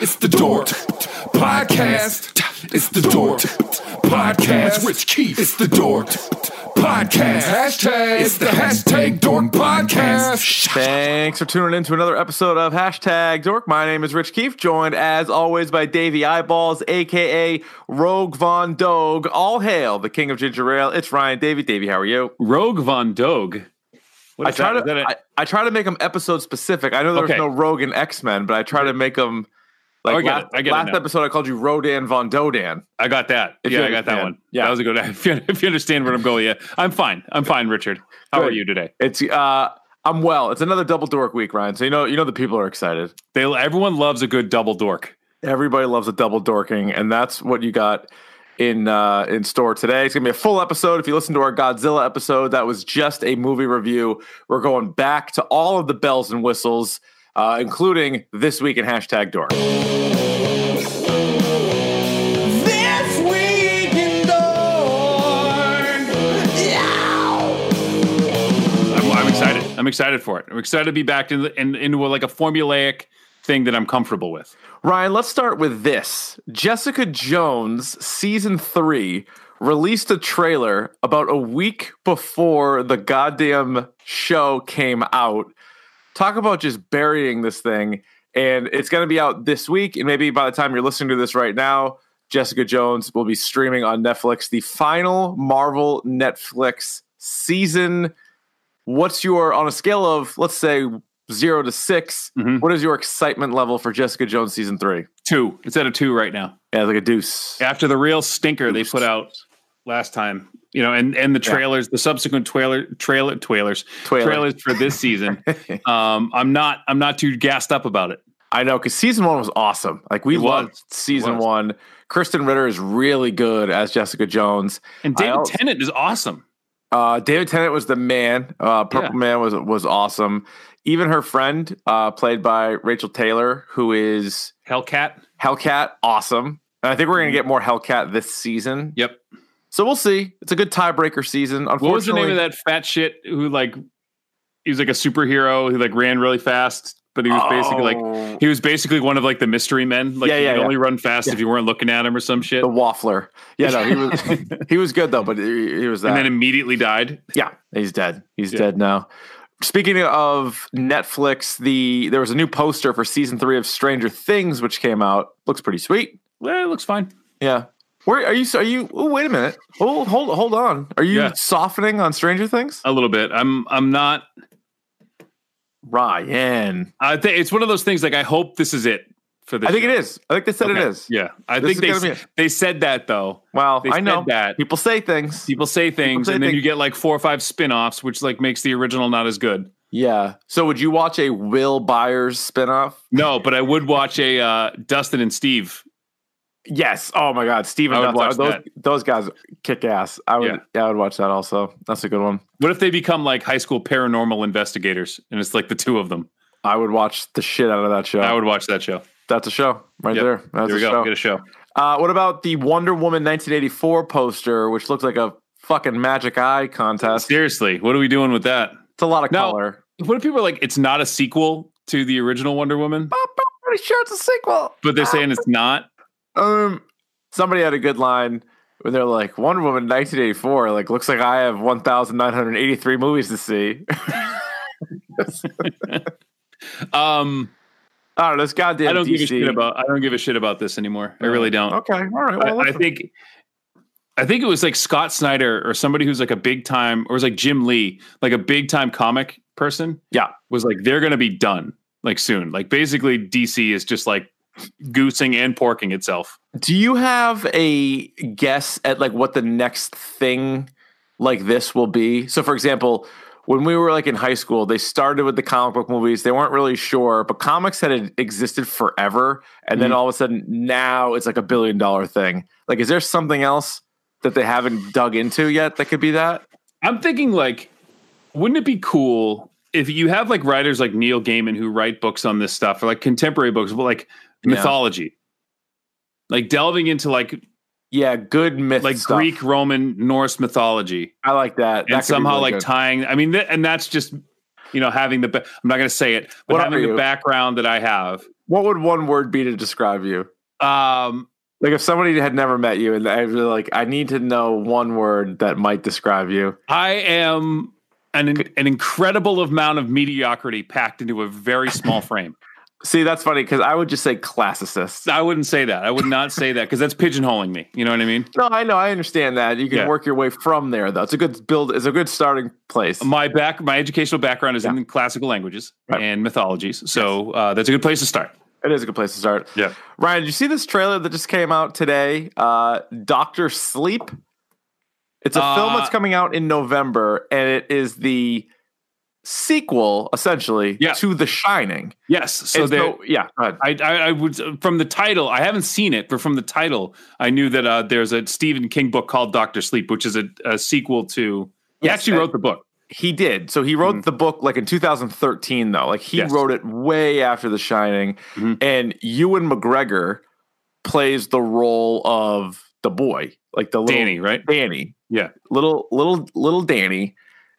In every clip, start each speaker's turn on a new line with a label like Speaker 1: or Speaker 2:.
Speaker 1: It's the Dork Podcast. It's the Dork Podcast. Rich Keith. It's the Dork Podcast. Hashtag. It's the hashtag Dork Podcast.
Speaker 2: Thanks for tuning in to another episode of Hashtag Dork. My name is Rich Keefe, joined as always by Davey Eyeballs, aka Rogue Von Dogue. All hail the king of ginger ale. It's Ryan Davey. Davey, how are you?
Speaker 3: Rogue Von Dogue. What
Speaker 2: I
Speaker 3: is
Speaker 2: try
Speaker 3: that? Is that
Speaker 2: to
Speaker 3: a-
Speaker 2: I, I try to make them episode specific. I know there's
Speaker 3: Okay. Oh,
Speaker 2: no Rogue in X Men, but I try to make them like
Speaker 3: I get
Speaker 2: last,
Speaker 3: it. I get it
Speaker 2: last
Speaker 3: now.
Speaker 2: episode. I called you Rodan Von Dodan.
Speaker 3: I got that.
Speaker 2: If you
Speaker 3: yeah, I got that
Speaker 2: understand.
Speaker 3: one. Yeah, that was a good. If you, if you understand where I'm going, yeah, I'm fine. I'm fine, Richard. How are
Speaker 2: Good.
Speaker 3: you today?
Speaker 2: It's uh, I'm well. It's another double dork week, Ryan. So you know you know the people are excited.
Speaker 3: They everyone loves a good double dork.
Speaker 2: Everybody loves a double dorking, and that's what you got in uh, in store today. It's gonna be a full episode. If you listen to our Godzilla episode, that was just a movie review. We're going back to all of the bells and whistles, uh, including this week in hashtag dork.
Speaker 4: This week in Dork. Yeah.
Speaker 3: I'm, I'm excited. I'm excited for it. I'm excited to be back in, the, in into a, like a formulaic thing that I'm comfortable with.
Speaker 2: Ryan, let's start with this. Jessica Jones season three released a trailer about a week before the goddamn show came out. Talk about just burying this thing. And it's going to be out this week. And maybe by the time you're listening to this right now, Jessica Jones will be streaming on Netflix the final Marvel Netflix season. What's your, on a scale of, let's say, zero to 6
Speaker 3: Mhm.
Speaker 2: what is your excitement level for Jessica Jones season three?
Speaker 3: Two. It's at a two right now.
Speaker 2: Yeah, like a deuce.
Speaker 3: After the real stinker they put out last time, you know, and and the
Speaker 2: Yeah.
Speaker 3: trailers, the subsequent trailer trailer trailers
Speaker 2: Twailer.
Speaker 3: trailers for this season. um, I'm not I'm not too gassed up about it.
Speaker 2: I know because season one was awesome. Like we
Speaker 3: It was.
Speaker 2: loved season
Speaker 3: was.
Speaker 2: one. Kristen Ritter is really good as Jessica Jones.
Speaker 3: And
Speaker 2: I
Speaker 3: David
Speaker 2: also-
Speaker 3: Tennant is awesome.
Speaker 2: Uh, David Tennant was the man. Uh, Purple Man was was awesome. Even her friend, uh, played by Rachel Taylor, who is
Speaker 3: Hellcat.
Speaker 2: Hellcat, awesome. And I think we're gonna get more Hellcat this season.
Speaker 3: Yep.
Speaker 2: So we'll see. It's a good tiebreaker season. Unfortunately,
Speaker 3: What was the name of that fat shit who like he was like a superhero who like ran really fast, but he was basically like
Speaker 2: Oh,
Speaker 3: he was basically one of like the mystery men. Like
Speaker 2: Yeah,
Speaker 3: he
Speaker 2: yeah,
Speaker 3: could
Speaker 2: yeah.
Speaker 3: only run fast if you weren't looking at him or some shit.
Speaker 2: the Waffler. Yeah, no, he was he was good though, but he, he was that.
Speaker 3: and then immediately died.
Speaker 2: Yeah, he's dead. He's
Speaker 3: Yeah.
Speaker 2: dead now. Speaking of Netflix, the there was a new poster for season three of Stranger Things, which came out. Looks pretty sweet.
Speaker 3: Well, it looks fine.
Speaker 2: Yeah. Where are you? Are you? Oh, wait a minute. Oh, hold, hold on. Are you
Speaker 3: Yeah. Uh,
Speaker 2: softening on Stranger Things?
Speaker 3: A little bit. I'm I'm not
Speaker 2: Ryan,
Speaker 3: I think it's one of those things like I hope this is it for this.
Speaker 2: I think
Speaker 3: show.
Speaker 2: it is. I think they said it
Speaker 3: Okay.
Speaker 2: is.
Speaker 3: Yeah. I
Speaker 2: This
Speaker 3: think
Speaker 2: is
Speaker 3: they
Speaker 2: gonna be
Speaker 3: s- they said that though.
Speaker 2: Well,
Speaker 3: They
Speaker 2: I
Speaker 3: said
Speaker 2: know
Speaker 3: that.
Speaker 2: people say things.
Speaker 3: People say things
Speaker 2: say
Speaker 3: and then
Speaker 2: things.
Speaker 3: you get like four or five spin-offs which like makes the original not as good.
Speaker 2: Yeah. So, would you watch a Will Byers spinoff?
Speaker 3: No, but I would watch a uh, Dustin and Steve
Speaker 2: Yes. Oh my God, Steven.
Speaker 3: I would
Speaker 2: Dotson.
Speaker 3: watch
Speaker 2: those
Speaker 3: that.
Speaker 2: those guys kick ass. I would.
Speaker 3: Yeah.
Speaker 2: yeah, I would watch that also. That's a good one.
Speaker 3: What if they become like high school paranormal investigators and it's like the two of them?
Speaker 2: I would watch the shit out of that show.
Speaker 3: I would watch that show.
Speaker 2: That's a show right
Speaker 3: Yep.
Speaker 2: there. That's
Speaker 3: there we
Speaker 2: a
Speaker 3: go.
Speaker 2: show.
Speaker 3: Get a show.
Speaker 2: Uh, what about the Wonder Woman 1984 poster, which looks like a fucking magic eye contest?
Speaker 3: Seriously, what are we doing with that?
Speaker 2: It's a lot of
Speaker 3: Now-
Speaker 2: color.
Speaker 3: What if people are like, it's not a sequel to the original Wonder Woman,
Speaker 2: I'm pretty sure it's a sequel.
Speaker 3: but they're saying it's not?
Speaker 2: Um, somebody had a good line when they're like, "Wonder Woman 1984, like looks like I have 1,983 movies to see."
Speaker 3: Um,
Speaker 2: I don't know. This goddamn.
Speaker 3: I don't give a
Speaker 2: DC.
Speaker 3: shit about. I don't give a shit about this anymore. I really don't.
Speaker 2: Okay, all right.
Speaker 3: I,
Speaker 2: Well,
Speaker 3: I
Speaker 2: listen.
Speaker 3: think I think it was like Scott Snyder or somebody who's like a big time or it was like Jim Lee, like a big time comic person.
Speaker 2: Yeah.
Speaker 3: Was like they're gonna be done like soon. Like basically DC is just like goosing and porking itself.
Speaker 2: Do you have a guess at like what the next thing like this will be? So for example, when we were like in high school, they started with the comic book movies. They weren't really sure, but comics had existed forever and then
Speaker 3: Mhm.
Speaker 2: all of a sudden now it's like a billion dollar thing. Like is there something else that they haven't dug into yet that could be that?
Speaker 3: I'm thinking like, wouldn't it be cool if you have like writers like Neil Gaiman who write books on this stuff or like contemporary books, but like
Speaker 2: Yeah.
Speaker 3: mythology. Like delving into like
Speaker 2: Yeah, good myth
Speaker 3: like
Speaker 2: stuff.
Speaker 3: Greek, Roman, Norse mythology.
Speaker 2: I like that. That could
Speaker 3: and
Speaker 2: be
Speaker 3: somehow
Speaker 2: really
Speaker 3: like
Speaker 2: good.
Speaker 3: tying. I mean, th- and that's just you know having the. Ba- I'm not going to say it, but
Speaker 2: What are
Speaker 3: having
Speaker 2: you?
Speaker 3: the background that I have
Speaker 2: what would one word be to describe you?
Speaker 3: Um,
Speaker 2: Like if somebody had never met you and I was like, I need to know one word that might describe you.
Speaker 3: I am an an incredible amount of mediocrity packed into a very small frame.
Speaker 2: See, that's funny because I would just say classicist.
Speaker 3: I wouldn't say that. I would not say that because that's pigeonholing me. You know what I mean?
Speaker 2: No, I know, I understand that. You can
Speaker 3: Yeah.
Speaker 2: work your way from there though. It's a good build. It's a good starting place.
Speaker 3: My back, my educational background is
Speaker 2: Yeah.
Speaker 3: in classical languages
Speaker 2: Right.
Speaker 3: and mythologies, so uh, that's a good place to start.
Speaker 2: It is a good place to start.
Speaker 3: Yeah.
Speaker 2: Ryan, did you see this trailer that just came out today? Uh, Doctor Sleep. It's a film
Speaker 3: Uh,
Speaker 2: that's coming out in November, and it is the sequel, essentially,
Speaker 3: Yeah.
Speaker 2: to The Shining.
Speaker 3: Yes. So
Speaker 2: And
Speaker 3: there.
Speaker 2: yeah, go ahead.
Speaker 3: I, I, I would from the title. I haven't seen it, but from the title, I knew that uh, there's a Stephen King book called Doctor Sleep, which is a, a sequel to. He
Speaker 2: Yes,
Speaker 3: actually
Speaker 2: and-
Speaker 3: wrote the book.
Speaker 2: he did. So he wrote the book like in 2013, though. Like he
Speaker 3: Mm-hmm. Yes.
Speaker 2: wrote it way after The Shining,
Speaker 3: Mhm.
Speaker 2: and Ewan McGregor plays the role of the boy, like the little
Speaker 3: Danny, right?
Speaker 2: Danny.
Speaker 3: Yeah.
Speaker 2: Little little little Danny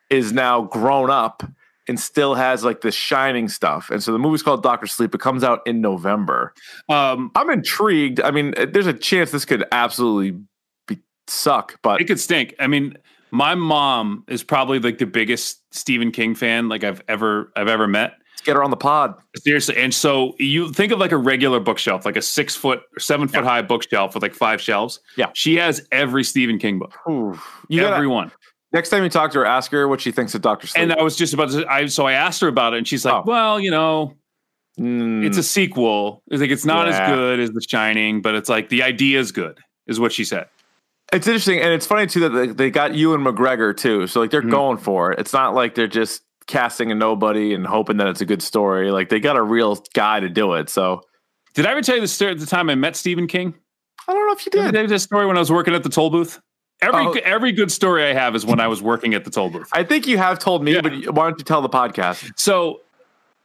Speaker 2: is now grown up and still has like this shining stuff. And so the movie's called Doctor Sleep. It comes out in November.
Speaker 3: Um,
Speaker 2: I'm intrigued. I mean, eh, there's a chance this could absolutely be suck, but
Speaker 3: it could stink. I mean, my mom is probably like the biggest Stephen King fan like I've ever I've ever met.
Speaker 2: let's get her on the pod.
Speaker 3: Seriously, and so you think of like a regular bookshelf, like a six foot or seven foot high bookshelf with like five shelves.
Speaker 2: Yeah.
Speaker 3: she has every Stephen King book,
Speaker 2: You gotta-
Speaker 3: everyone.
Speaker 2: next time you talk to her, ask her what she thinks of Doctor Sleep.
Speaker 3: And uh, I was just about to. I so I asked her about it, and she's like,
Speaker 2: Oh.
Speaker 3: "Well, you know,
Speaker 2: Mm,
Speaker 3: it's a sequel. It's like it's not
Speaker 2: Yeah.
Speaker 3: as good as The Shining, but it's like the idea is good." Is what she said.
Speaker 2: it's interesting, and it's funny too that they, they got Ewan McGregor too. So like they're
Speaker 3: Mhm.
Speaker 2: going for it. It's not like they're just casting a nobody and hoping that it's a good story. Like they got a real guy to do it. So
Speaker 3: Did I ever tell you the story at the time I met Stephen King?
Speaker 2: I don't know if you
Speaker 3: Did I tell you this story when I was working at the toll booth? Every
Speaker 2: Oh.
Speaker 3: every good story I have is when I was working at the toll booth.
Speaker 2: I think you have told me,
Speaker 3: Yeah.
Speaker 2: but you- why don't you tell the podcast?
Speaker 3: So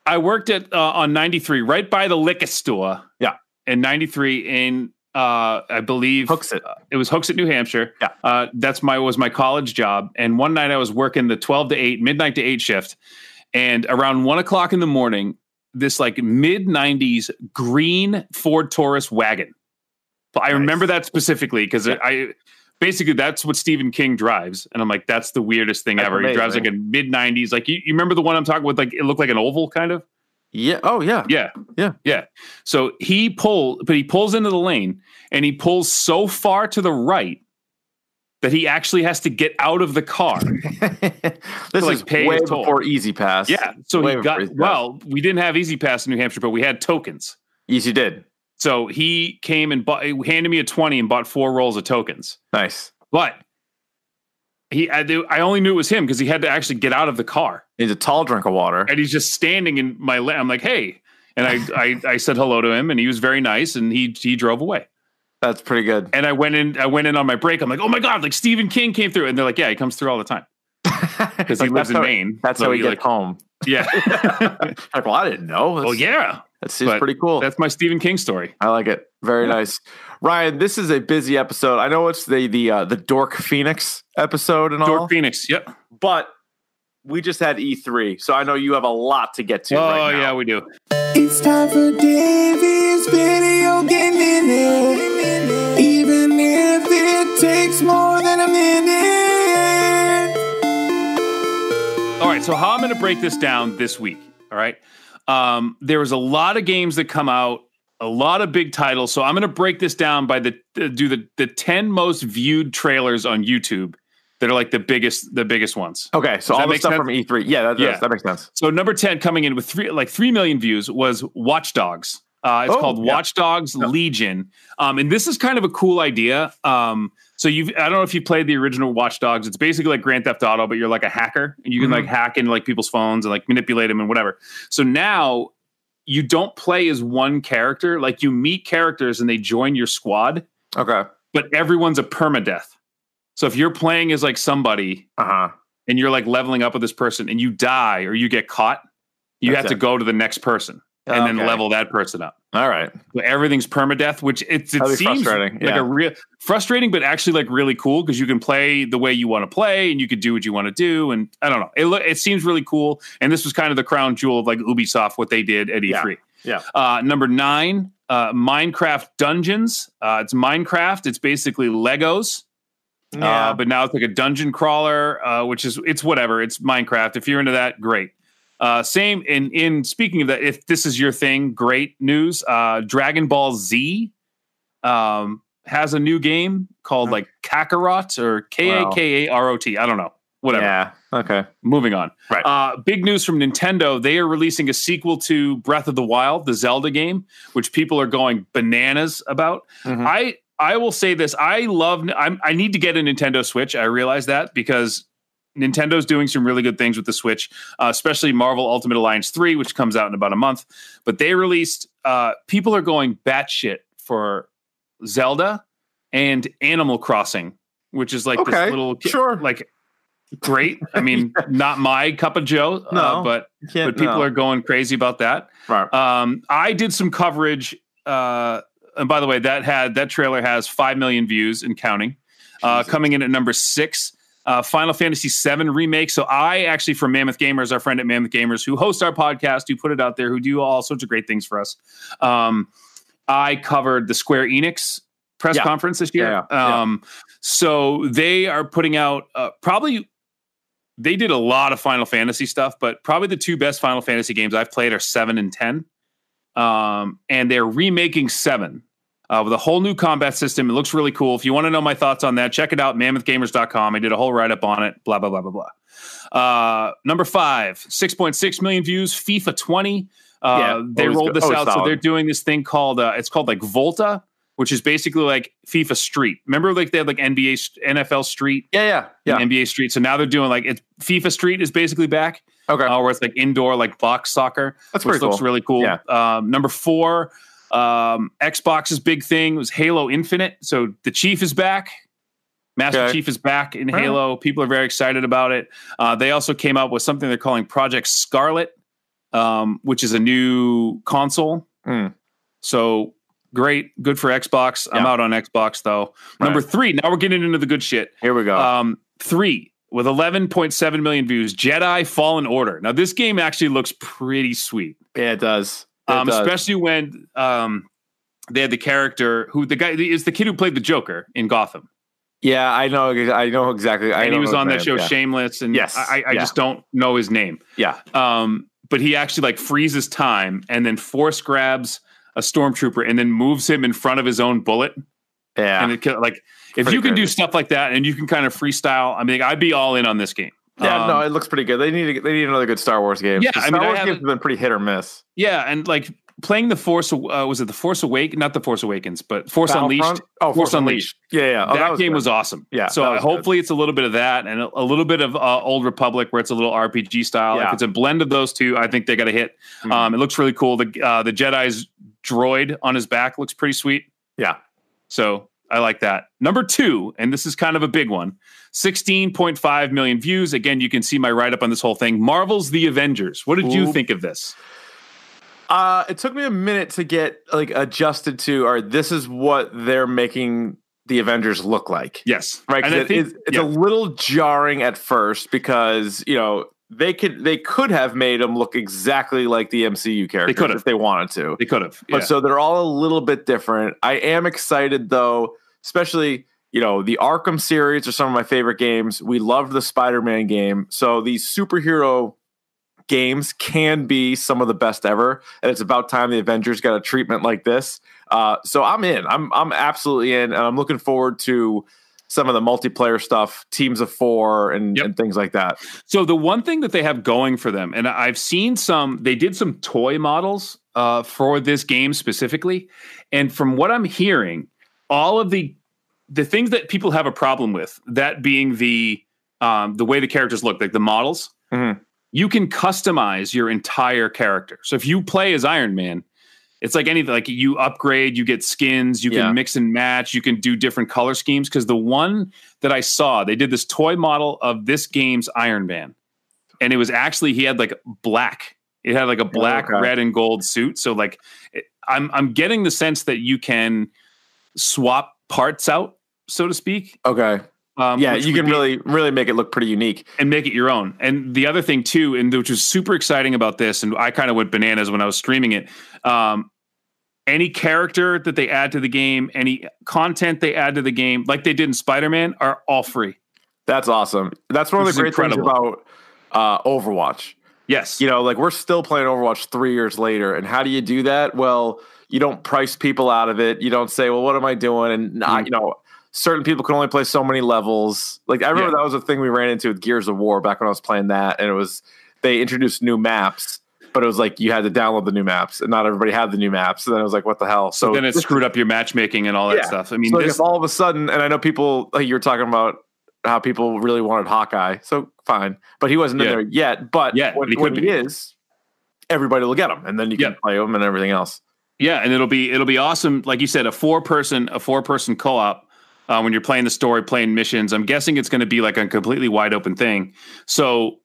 Speaker 3: I worked at uh, on 93 right by the liquor store.
Speaker 2: Yeah.
Speaker 3: In 93 in uh I believe
Speaker 2: Hooks it.
Speaker 3: it was Hooks at New Hampshire.
Speaker 2: Yeah.
Speaker 3: Uh that's my was my college job. And one night I was working the 12 to 8, midnight to 8 shift. And around one o'clock in the morning, this like mid 90s green Ford Taurus wagon. But I
Speaker 2: Nice.
Speaker 3: remember that specifically because I basically that's what Stephen King drives. And I'm like, that's the weirdest thing
Speaker 2: That's
Speaker 3: ever. He drives
Speaker 2: amazing.
Speaker 3: like a mid 90s. Like, you, you remember the one I'm talking with? Like, it looked like an oval kind of?
Speaker 2: Yeah. Oh yeah.
Speaker 3: Yeah.
Speaker 2: Yeah.
Speaker 3: Yeah. So he pull, but he pulls into the lane and he pulls so far to the right that he actually has to get out of the car.
Speaker 2: this
Speaker 3: like,
Speaker 2: is
Speaker 3: pay
Speaker 2: way
Speaker 3: his toll.
Speaker 2: before Easy Pass.
Speaker 3: yeah. So
Speaker 2: Way
Speaker 3: he
Speaker 2: before
Speaker 3: got,
Speaker 2: Easy Pass.
Speaker 3: well, we didn't have Easy Pass in New Hampshire, but we had tokens.
Speaker 2: Yes, you did.
Speaker 3: So he came and bought, he handed me a 20 and bought four rolls of tokens.
Speaker 2: Nice.
Speaker 3: But he, I, do- I only knew it was him because he had to actually get out of the car.
Speaker 2: Needs a tall drink of water.
Speaker 3: and he's just standing in my lane. I'm like, hey. And I, I I said hello to him and he was very nice and he he drove away.
Speaker 2: That's pretty good.
Speaker 3: And I went in, I went in on my break. I'm like, oh my God, like Stephen King came through. And they're like, yeah, he comes through all the time. Because he
Speaker 2: Like,
Speaker 3: lives
Speaker 2: that's
Speaker 3: in
Speaker 2: how-
Speaker 3: Maine.
Speaker 2: That's
Speaker 3: So
Speaker 2: how he
Speaker 3: you're
Speaker 2: gets home.
Speaker 3: like, Yeah.
Speaker 2: Like, well, I didn't know. That's,
Speaker 3: well, yeah.
Speaker 2: That seems
Speaker 3: but
Speaker 2: pretty cool.
Speaker 3: That's my Stephen King story.
Speaker 2: I like it. Very nice, Ryan. This is a busy episode. I know it's the the uh, the Dork Phoenix episode and all,
Speaker 3: Dork Phoenix. Yep.
Speaker 2: but we just had E three, so I know you have a lot to get to.
Speaker 3: Oh
Speaker 2: right now.
Speaker 3: yeah, we do.
Speaker 4: It's time for Davey's video game minute. Even if it takes more than a minute.
Speaker 3: All right, so how I'm going to break this down this week. All right, um, there was a lot of games that come out, a lot of big titles. So I'm going to break this down by the uh, do the the ten most viewed trailers on YouTube that are like the biggest the biggest ones.
Speaker 2: Okay, so
Speaker 3: Does that
Speaker 2: all the
Speaker 3: make
Speaker 2: stuff
Speaker 3: sense?
Speaker 2: from E three. Yeah, that, does-
Speaker 3: Yeah.
Speaker 2: that makes sense.
Speaker 3: So number ten coming in with three like three million views was Watch Dogs. Uh, it's
Speaker 2: Oh,
Speaker 3: called
Speaker 2: yeah.
Speaker 3: Watch Dogs Legion, um, and this is kind of a cool idea. Um, so you, have I don't know if you played the original Watch Dogs. It's basically like Grand Theft Auto, but you're like a hacker, and you can
Speaker 2: Mhm.
Speaker 3: like hack into like people's phones and like manipulate them and whatever. So now you don't play as one character; like you meet characters and they join your squad,
Speaker 2: Okay, uh
Speaker 3: but everyone's a permadeath. So if you're playing as like somebody,
Speaker 2: huh.
Speaker 3: and you're like leveling up with this person and you die or you get caught, you
Speaker 2: That's
Speaker 3: have to
Speaker 2: it.
Speaker 3: go to the next person and then
Speaker 2: Okay.
Speaker 3: level that person up.
Speaker 2: All right,
Speaker 3: So everything's permadeath, which it's it
Speaker 2: That'd be
Speaker 3: seems
Speaker 2: frustrating,
Speaker 3: like
Speaker 2: yeah.
Speaker 3: a real frustrating, but actually like really cool because you can play the way you want to play and you could do what you want to do. And I don't know, it lo- it seems really cool. And this was kind of the crown jewel of like Ubisoft what they did at E3.
Speaker 2: Yeah. Yeah.
Speaker 3: Uh, number nine, uh, Minecraft Dungeons. Uh, it's Minecraft. It's basically Legos. Uh, but now it's like a dungeon crawler, uh, which is it's whatever. It's Minecraft. If you're into that, great. Uh, same in in speaking of that, if this is your thing, great news. Uh, Dragon Ball Z um, has a new game called like Kakarot or K A K A R O T. I don't know. Whatever.
Speaker 2: Yeah. Okay.
Speaker 3: Moving on.
Speaker 2: Right.
Speaker 3: Uh, big news from Nintendo. They are releasing a sequel to Breath of the Wild, the Zelda game, which people are going bananas about.
Speaker 2: Mhm.
Speaker 3: I I will say this. I love. I'm, I need to get a Nintendo Switch. I realize that because Nintendo's doing some really good things with the Switch, uh, especially Marvel Ultimate Alliance Three, which comes out in about a month. But they released. Uh, people are going batshit for Zelda and Animal Crossing, which is like
Speaker 2: Okay,
Speaker 3: this little
Speaker 2: sure.
Speaker 3: like great. I mean, not my cup of Joe, uh,
Speaker 2: No,
Speaker 3: but
Speaker 2: Can't-
Speaker 3: but people
Speaker 2: no.
Speaker 3: are going crazy about that.
Speaker 2: Right.
Speaker 3: Um, I did some coverage, uh, and by the way, that had that trailer has five million views and counting. Uh, coming in at number six, uh, Final Fantasy VII remake. So I actually, from Mammoth Gamers, our friend at Mammoth Gamers, who hosts our podcast, who put it out there, who do all sorts of great things for us. Um, I covered the Square Enix press
Speaker 2: Yeah.
Speaker 3: conference this year.
Speaker 2: Yeah, yeah, yeah.
Speaker 3: Um, so they are putting out uh, probably they did a lot of Final Fantasy stuff, but probably the two best Final Fantasy games I've played are seven and ten. Um, and they're remaking seven uh, with a whole new combat system. It looks really cool. If you want to know my thoughts on that, check it out, mammothgamers.com. I did a whole write up on it, blah, blah, blah, blah, blah. Uh, number five, 6.6 million views, FIFA 20. Uh,
Speaker 2: Yeah,
Speaker 3: they
Speaker 2: always
Speaker 3: rolled
Speaker 2: good.
Speaker 3: this
Speaker 2: Always
Speaker 3: out. So
Speaker 2: solid.
Speaker 3: they're doing this thing called, uh, it's called like Volta, which is basically like FIFA Street. Remember, like they had like NBA, st- NFL Street,
Speaker 2: yeah. Yeah.
Speaker 3: and
Speaker 2: Yeah.
Speaker 3: NBA Street. So now they're doing like it's FIFA Street is basically back,
Speaker 2: okay.
Speaker 3: uh, where it's like indoor, like box soccer,
Speaker 2: That's
Speaker 3: which
Speaker 2: pretty
Speaker 3: looks
Speaker 2: cool.
Speaker 3: really cool.
Speaker 2: Yeah.
Speaker 3: Um, number four, um, Xbox's big thing was Halo Infinite. So the Chief is back. Master
Speaker 2: Okay.
Speaker 3: Chief is back in
Speaker 2: Right.
Speaker 3: Halo. People are very excited about it. Uh, they also came out with something they're calling Project Scarlet, um, which is a new console.
Speaker 2: Hmm.
Speaker 3: So great, good for Xbox. I'm
Speaker 2: Yeah.
Speaker 3: out on Xbox though.
Speaker 2: Right. Oh.
Speaker 3: Number three. Now we're getting into the good shit.
Speaker 2: Here we go.
Speaker 3: Um, three with 11.7 million views, Jedi Fallen Order. Now, this game actually looks pretty sweet,
Speaker 2: yeah, it does. It
Speaker 3: um,
Speaker 2: does.
Speaker 3: especially when um, they had the character who the guy is the kid who played the Joker in Gotham,
Speaker 2: yeah, I know. I know exactly. I
Speaker 3: and he
Speaker 2: don't
Speaker 3: was
Speaker 2: know
Speaker 3: on that
Speaker 2: his
Speaker 3: show
Speaker 2: name. Yeah.
Speaker 3: Shameless, and
Speaker 2: Yes,
Speaker 3: I, I
Speaker 2: yeah.
Speaker 3: just don't know his name.
Speaker 2: Yeah.
Speaker 3: Um, but he actually like freezes time and then force grabs a stormtrooper and then moves him in front of his own bullet
Speaker 2: Yeah.
Speaker 3: and it kill, like if
Speaker 2: Pretty
Speaker 3: you can do
Speaker 2: crazy.
Speaker 3: stuff like that and you can kind of freestyle i mean i'd be all in on this game
Speaker 2: Yeah,
Speaker 3: Um,
Speaker 2: no, it looks pretty good. They need to, they need another good Star Wars game.
Speaker 3: Yeah,
Speaker 2: The
Speaker 3: I
Speaker 2: Star
Speaker 3: mean, I
Speaker 2: Wars games
Speaker 3: haven't-
Speaker 2: have been pretty hit or miss.
Speaker 3: Yeah, and like playing the Force uh, was it the Force Awake? Not the Force Awakens, but Force Unleashed.
Speaker 2: Battlefront? Oh, Force, Unleashed. Yeah, yeah. Oh,
Speaker 3: that, game
Speaker 2: good.
Speaker 3: was awesome.
Speaker 2: Yeah,
Speaker 3: So
Speaker 2: that
Speaker 3: uh,
Speaker 2: was good.
Speaker 3: hopefully it's a little bit of that and a, a little bit of uh, Old Republic where it's a little RPG style.
Speaker 2: Yeah.
Speaker 3: If it's a blend of those two, I think they got a hit.
Speaker 2: Mhm.
Speaker 3: Um, it looks really cool. The uh, the Jedi's droid on his back looks pretty sweet.
Speaker 2: Yeah.
Speaker 3: So I like that. Number two, and this is kind of a big one 16.5 million views. Again, you can see my write up on this whole thing. Marvel's The Avengers. What did you
Speaker 2: Ooh.
Speaker 3: think of this?
Speaker 2: Uh, it took me a minute to get like adjusted to. Or this is what they're making the Avengers look like.
Speaker 3: Yes.
Speaker 2: right? 'cause
Speaker 3: And I
Speaker 2: it-
Speaker 3: think-
Speaker 2: it's, it's
Speaker 3: yeah.
Speaker 2: a little jarring at first because you know they could they could have made them look exactly like the MCU characters
Speaker 3: could've.
Speaker 2: if they wanted to.
Speaker 3: They could have.
Speaker 2: But so they're all a little bit different. I am excited though, especially you know the Arkham series are some of my favorite games. We loved the Spider-Man game, so these superhero games can be some of the best ever, and it's about time the Avengers got a treatment like this. Uh, so I'm in. I'm I'm absolutely in, and I'm looking forward to some of the multiplayer stuff, teams of four, and,
Speaker 3: Yep.
Speaker 2: and things like that.
Speaker 3: So the one thing that they have going for them, and I've seen some, they did some toy models uh, for this game specifically, and from what I'm hearing, all of the the things that people have a problem with, that being the um, the way the characters look, like the models,
Speaker 2: Mhm.
Speaker 3: you can customize your entire character. So if you play as Iron Man, it's like anything. Like you upgrade, you get skins, you
Speaker 2: Yeah.
Speaker 3: can mix and match, you can do different color schemes. Because the one that I saw, they did this toy model of this game's Iron Man, and it was actually he had like black. It had like a black,
Speaker 2: Oh, okay.
Speaker 3: red, and gold suit. So like, it- I'm I'm getting the sense that you can swap parts out, so to speak,
Speaker 2: Okay.
Speaker 3: Um,
Speaker 2: yeah,
Speaker 3: which
Speaker 2: you
Speaker 3: would
Speaker 2: can
Speaker 3: be-
Speaker 2: really really make it look pretty unique.
Speaker 3: and make it your own. And the other thing too, and which was super exciting about this, and I kind of went bananas when I was streaming it. Um, any character that they add to the game, any content they add to the game, like they did in Spider Man, are all free.
Speaker 2: That's awesome. That's one of
Speaker 3: This
Speaker 2: the
Speaker 3: is
Speaker 2: great
Speaker 3: incredible.
Speaker 2: things about uh, Overwatch.
Speaker 3: Yes,
Speaker 2: you know, like we're still playing Overwatch three years later. And how do you do that? Well, you don't price people out of it. You don't say, well, what am I doing? And I,
Speaker 3: Hmm.
Speaker 2: you know, certain people can only play so many levels. Like I remember
Speaker 3: Yeah.
Speaker 2: that was a thing we ran into with Gears of War back when I was playing that, and it was they introduced new maps. But it was like you had to download the new maps, and not everybody had the new maps. And then it was like, "What the hell?"
Speaker 3: so then it
Speaker 2: this-
Speaker 3: screwed up your matchmaking and all that
Speaker 2: Yeah.
Speaker 3: stuff. I mean,
Speaker 2: so like,
Speaker 3: this,
Speaker 2: if all of a sudden, and I know people, like you were talking about how people really wanted Hawkeye, so fine, but he wasn't in
Speaker 3: Yeah.
Speaker 2: there yet. But
Speaker 3: Yeah,
Speaker 2: when,
Speaker 3: but he
Speaker 2: when
Speaker 3: could
Speaker 2: he
Speaker 3: be.
Speaker 2: is, everybody will get him, and then you
Speaker 3: Yeah.
Speaker 2: can play him and everything else.
Speaker 3: yeah, and it'll be it'll be awesome. Like you said, a four person a four person co op. Uh, when you're playing the story, playing missions, I'm guessing it's going to be like a completely wide open thing. So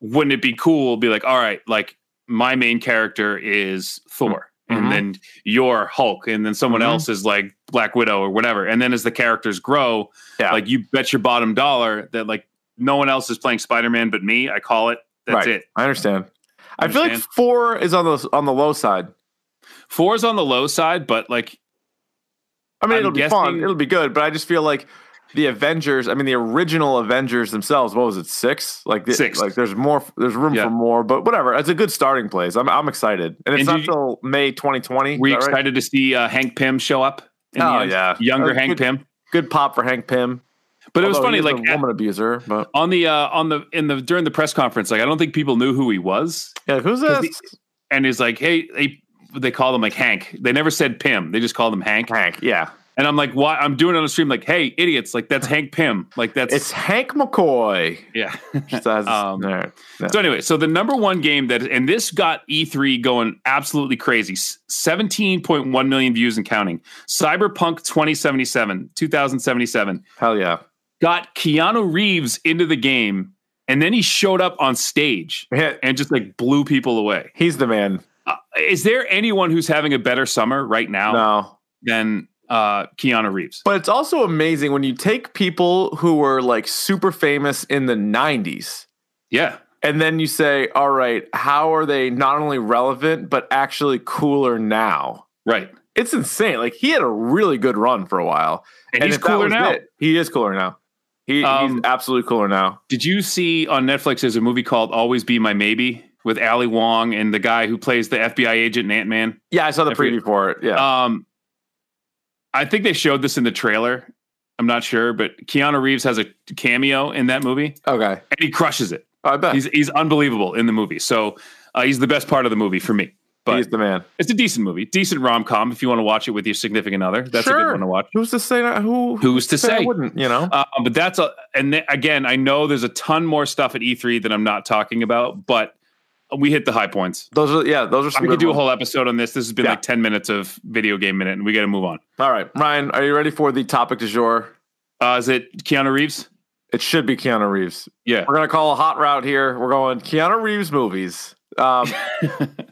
Speaker 3: wouldn't it be cool be like all right like my main character is thor
Speaker 2: Mhm.
Speaker 3: and then you're hulk and then someone
Speaker 2: Mhm.
Speaker 3: else is like black widow or whatever and then as the characters grow
Speaker 2: Yeah.
Speaker 3: like you bet your bottom dollar that like no one else is playing spider-man but me i call it that's
Speaker 2: Right.
Speaker 3: it
Speaker 2: I understand. I feel like
Speaker 3: Understand.
Speaker 2: four is on the on the low side.
Speaker 3: four is on the low side but like
Speaker 2: I mean,
Speaker 3: I'm
Speaker 2: it'll be fun,
Speaker 3: guessing-
Speaker 2: it'll be good, but I just feel like the Avengers. I mean, the original Avengers themselves. What was it? Six? Like the,
Speaker 3: Six.
Speaker 2: Like there's more. There's room
Speaker 3: Yeah.
Speaker 2: for more, but whatever. It's a good starting place. I'm I'm excited, and it's
Speaker 3: And
Speaker 2: not
Speaker 3: you-
Speaker 2: till May 2020. Is
Speaker 3: were you
Speaker 2: that right?
Speaker 3: excited to see uh, hank pym show up in the
Speaker 2: Oh,
Speaker 3: end?
Speaker 2: yeah.
Speaker 3: younger
Speaker 2: Uh,
Speaker 3: hank
Speaker 2: good-
Speaker 3: pym
Speaker 2: Good pop for Hank Pym.
Speaker 3: but it was
Speaker 2: Although
Speaker 3: funny
Speaker 2: he is
Speaker 3: like
Speaker 2: a
Speaker 3: at-
Speaker 2: woman abuser, but
Speaker 3: on the uh on the in the during the press conference like i don't think people knew who he was
Speaker 2: yeah, who's
Speaker 3: Does
Speaker 2: this?
Speaker 3: he- and he's like, "Hey, they they call him like Hank. They never said Pim. They just called him Hank."
Speaker 2: Hank, yeah,
Speaker 3: And I'm like, "Why?" I'm doing it on the stream like, "Hey, idiots! Like that's Hank Pim. Like that's
Speaker 2: it's Hank McCoy.
Speaker 3: yeah."
Speaker 2: Just as-
Speaker 3: Um,
Speaker 2: all right.
Speaker 3: so anyway, so the number one game that and this got E3 going absolutely crazy. S- 17.1 million views and counting. Cyberpunk 2077, 2077
Speaker 2: Hell yeah,
Speaker 3: got Keanu Reeves into the game, and then he showed up on stage
Speaker 2: Man,
Speaker 3: and just like blew people away.
Speaker 2: he's the man.
Speaker 3: Uh, is there anyone who's having a better summer right now?
Speaker 2: No,
Speaker 3: than uh, Keanu Reeves.
Speaker 2: but it's also amazing when you take people who were like super famous in the '90s,
Speaker 3: Yeah,
Speaker 2: and then you say, "All right, how are they not only relevant but actually cooler now?"
Speaker 3: right.
Speaker 2: It's insane. Like he had a really good run for a while,
Speaker 3: And, he's
Speaker 2: if that
Speaker 3: cooler
Speaker 2: was
Speaker 3: now.
Speaker 2: it- he is cooler now. He,
Speaker 3: Um,
Speaker 2: he's absolutely cooler now.
Speaker 3: Did you see on Netflix? There's a movie called Always Be My Maybe with Ali Wong and the guy who plays the FBI agent in Ant Man.
Speaker 2: Yeah, I saw the
Speaker 3: I forget-
Speaker 2: preview for it. Yeah.
Speaker 3: Um, I think they showed this in the trailer. I'm not sure, but Keanu Reeves has a cameo in that movie,
Speaker 2: Okay.
Speaker 3: and he crushes it.
Speaker 2: I bet
Speaker 3: He's
Speaker 2: he's,
Speaker 3: he's unbelievable in the movie. So uh, he's the best part of the movie for me. But
Speaker 2: the man.
Speaker 3: it's a decent movie, decent rom com. If you want to watch it with your significant other, that's a
Speaker 2: Sure.
Speaker 3: good one to watch.
Speaker 2: Who's to say that? Who, who
Speaker 3: Who's to
Speaker 2: I
Speaker 3: say?
Speaker 2: wouldn't, you know?
Speaker 3: Uh, but that's a, and th- again, I know there's a ton more stuff at E3 that I'm not talking about, but we hit the high points.
Speaker 2: those are, yeah, those are some
Speaker 3: I could
Speaker 2: good
Speaker 3: do a
Speaker 2: ones.
Speaker 3: whole episode on this. This has been
Speaker 2: Yeah.
Speaker 3: like 10 minutes of video game minute, and we got to move on.
Speaker 2: All right. Ryan, are you ready for the topic du jour?
Speaker 3: Uh, is it Keanu Reeves?
Speaker 2: It should be Keanu Reeves.
Speaker 3: Yeah.
Speaker 2: We're going to call a hot route here. We're going Keanu Reeves movies. Um,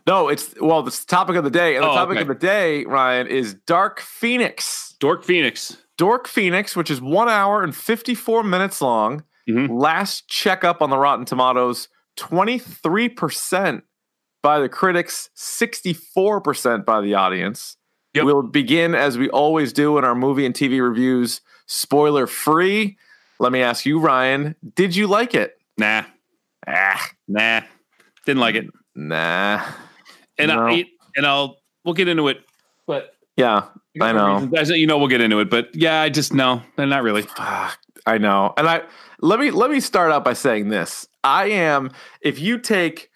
Speaker 2: no, it's, well, the topic of the day. And the
Speaker 3: Oh,
Speaker 2: topic
Speaker 3: okay.
Speaker 2: of the day, Ryan, is Dark Phoenix.
Speaker 3: Dork Phoenix.
Speaker 2: Dork Phoenix, which is one hour and 54 minutes long.
Speaker 3: Mhm.
Speaker 2: Last checkup on the Rotten Tomatoes 23% by the critics, 64% by the audience.
Speaker 3: Yep.
Speaker 2: We'll begin as we always do in our movie and TV reviews, spoiler free. Let me ask you, Ryan, did you like it?
Speaker 3: Nah,
Speaker 2: Ah,
Speaker 3: nah. Didn't like it.
Speaker 2: nah.
Speaker 3: And,
Speaker 2: No.
Speaker 3: I, it- and I'll, we'll get into it. But
Speaker 2: Yeah, I know.
Speaker 3: Reasons- you know, we'll get into it. But yeah, I just, no, not really.
Speaker 2: Fuck, I know. And I let me let me start out by saying this. I am if you take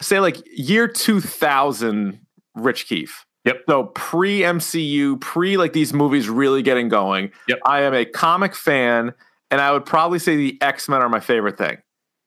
Speaker 2: say like year 2000 Rich Keefe.
Speaker 3: Yep.
Speaker 2: So pre MCU, pre like these movies really getting going.
Speaker 3: Yep.
Speaker 2: I am a comic fan and I would probably say the X-Men are my favorite thing.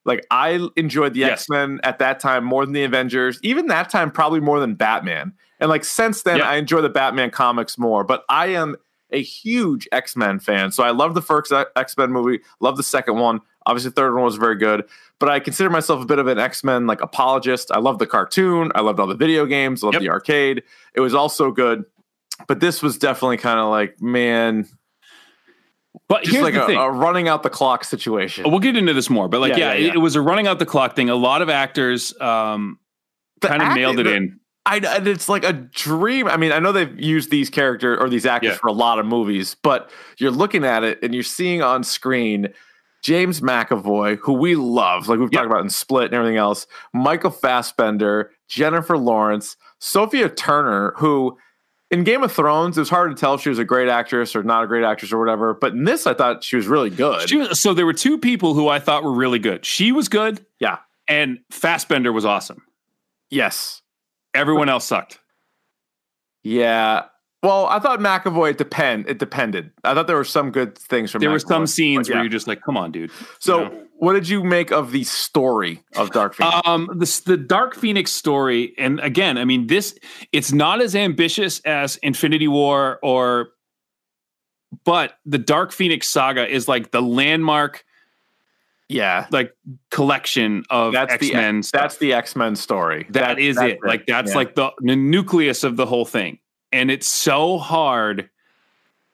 Speaker 2: Like I enjoyed the
Speaker 3: Yes.
Speaker 2: X-Men at that time more than the Avengers, even that time probably more than Batman. And like since then
Speaker 3: Yep.
Speaker 2: I enjoy the Batman comics more, but I am a huge X Men fan. So I love the first X Men movie, love the second one. Obviously, the third one was very good, but I consider myself a bit of an X Men like apologist. I love the cartoon, I loved all the video games, I loved
Speaker 3: Yep.
Speaker 2: the arcade. It was also good, but this was definitely kind of like, man,
Speaker 3: But
Speaker 2: Just
Speaker 3: here's
Speaker 2: like
Speaker 3: the
Speaker 2: a,
Speaker 3: thing.
Speaker 2: a running out the clock situation.
Speaker 3: We'll get into this more, but like, yeah,
Speaker 2: Yeah, yeah,
Speaker 3: it-
Speaker 2: yeah.
Speaker 3: It, was a running out the clock thing. A lot of actors um,
Speaker 2: The
Speaker 3: kind of
Speaker 2: act-
Speaker 3: nailed it
Speaker 2: the-
Speaker 3: in.
Speaker 2: I, and it's like a dream. I mean, I know they've used these character or these actors
Speaker 3: Yeah.
Speaker 2: for a lot of movies, but you're looking at it and you're seeing on screen James McAvoy, who we love, like we've
Speaker 3: Yeah.
Speaker 2: talked about in Split and everything else, Michael Fassbender, Jennifer Lawrence, Sophia Turner, who in Game of Thrones, it was hard to tell if she was a great actress or not a great actress or whatever. But in this, I thought she was really good.
Speaker 3: She was, so there were two people who I thought were really good. She was good.
Speaker 2: Yeah.
Speaker 3: And Fassbender was awesome.
Speaker 2: yes.
Speaker 3: Everyone else sucked.
Speaker 2: Yeah. Well, I thought McAvoy it depend it depended. I thought there were some good things from
Speaker 3: There were
Speaker 2: McAvoy,
Speaker 3: some
Speaker 2: but
Speaker 3: scenes
Speaker 2: yeah.
Speaker 3: where you're just like, come on, dude.
Speaker 2: So,
Speaker 3: know?
Speaker 2: what did you make of the story of Dark Phoenix?
Speaker 3: Um, this the Dark Phoenix story, and again, I mean, this it's not as ambitious as Infinity War or, but the Dark Phoenix saga is like the landmark
Speaker 2: yeah,
Speaker 3: collection of
Speaker 2: That's the-
Speaker 3: X Men.
Speaker 2: that's the X Men story.
Speaker 3: that is
Speaker 2: that's
Speaker 3: it. Like that's
Speaker 2: Yeah.
Speaker 3: like the, the nucleus of the whole thing, and it's so hard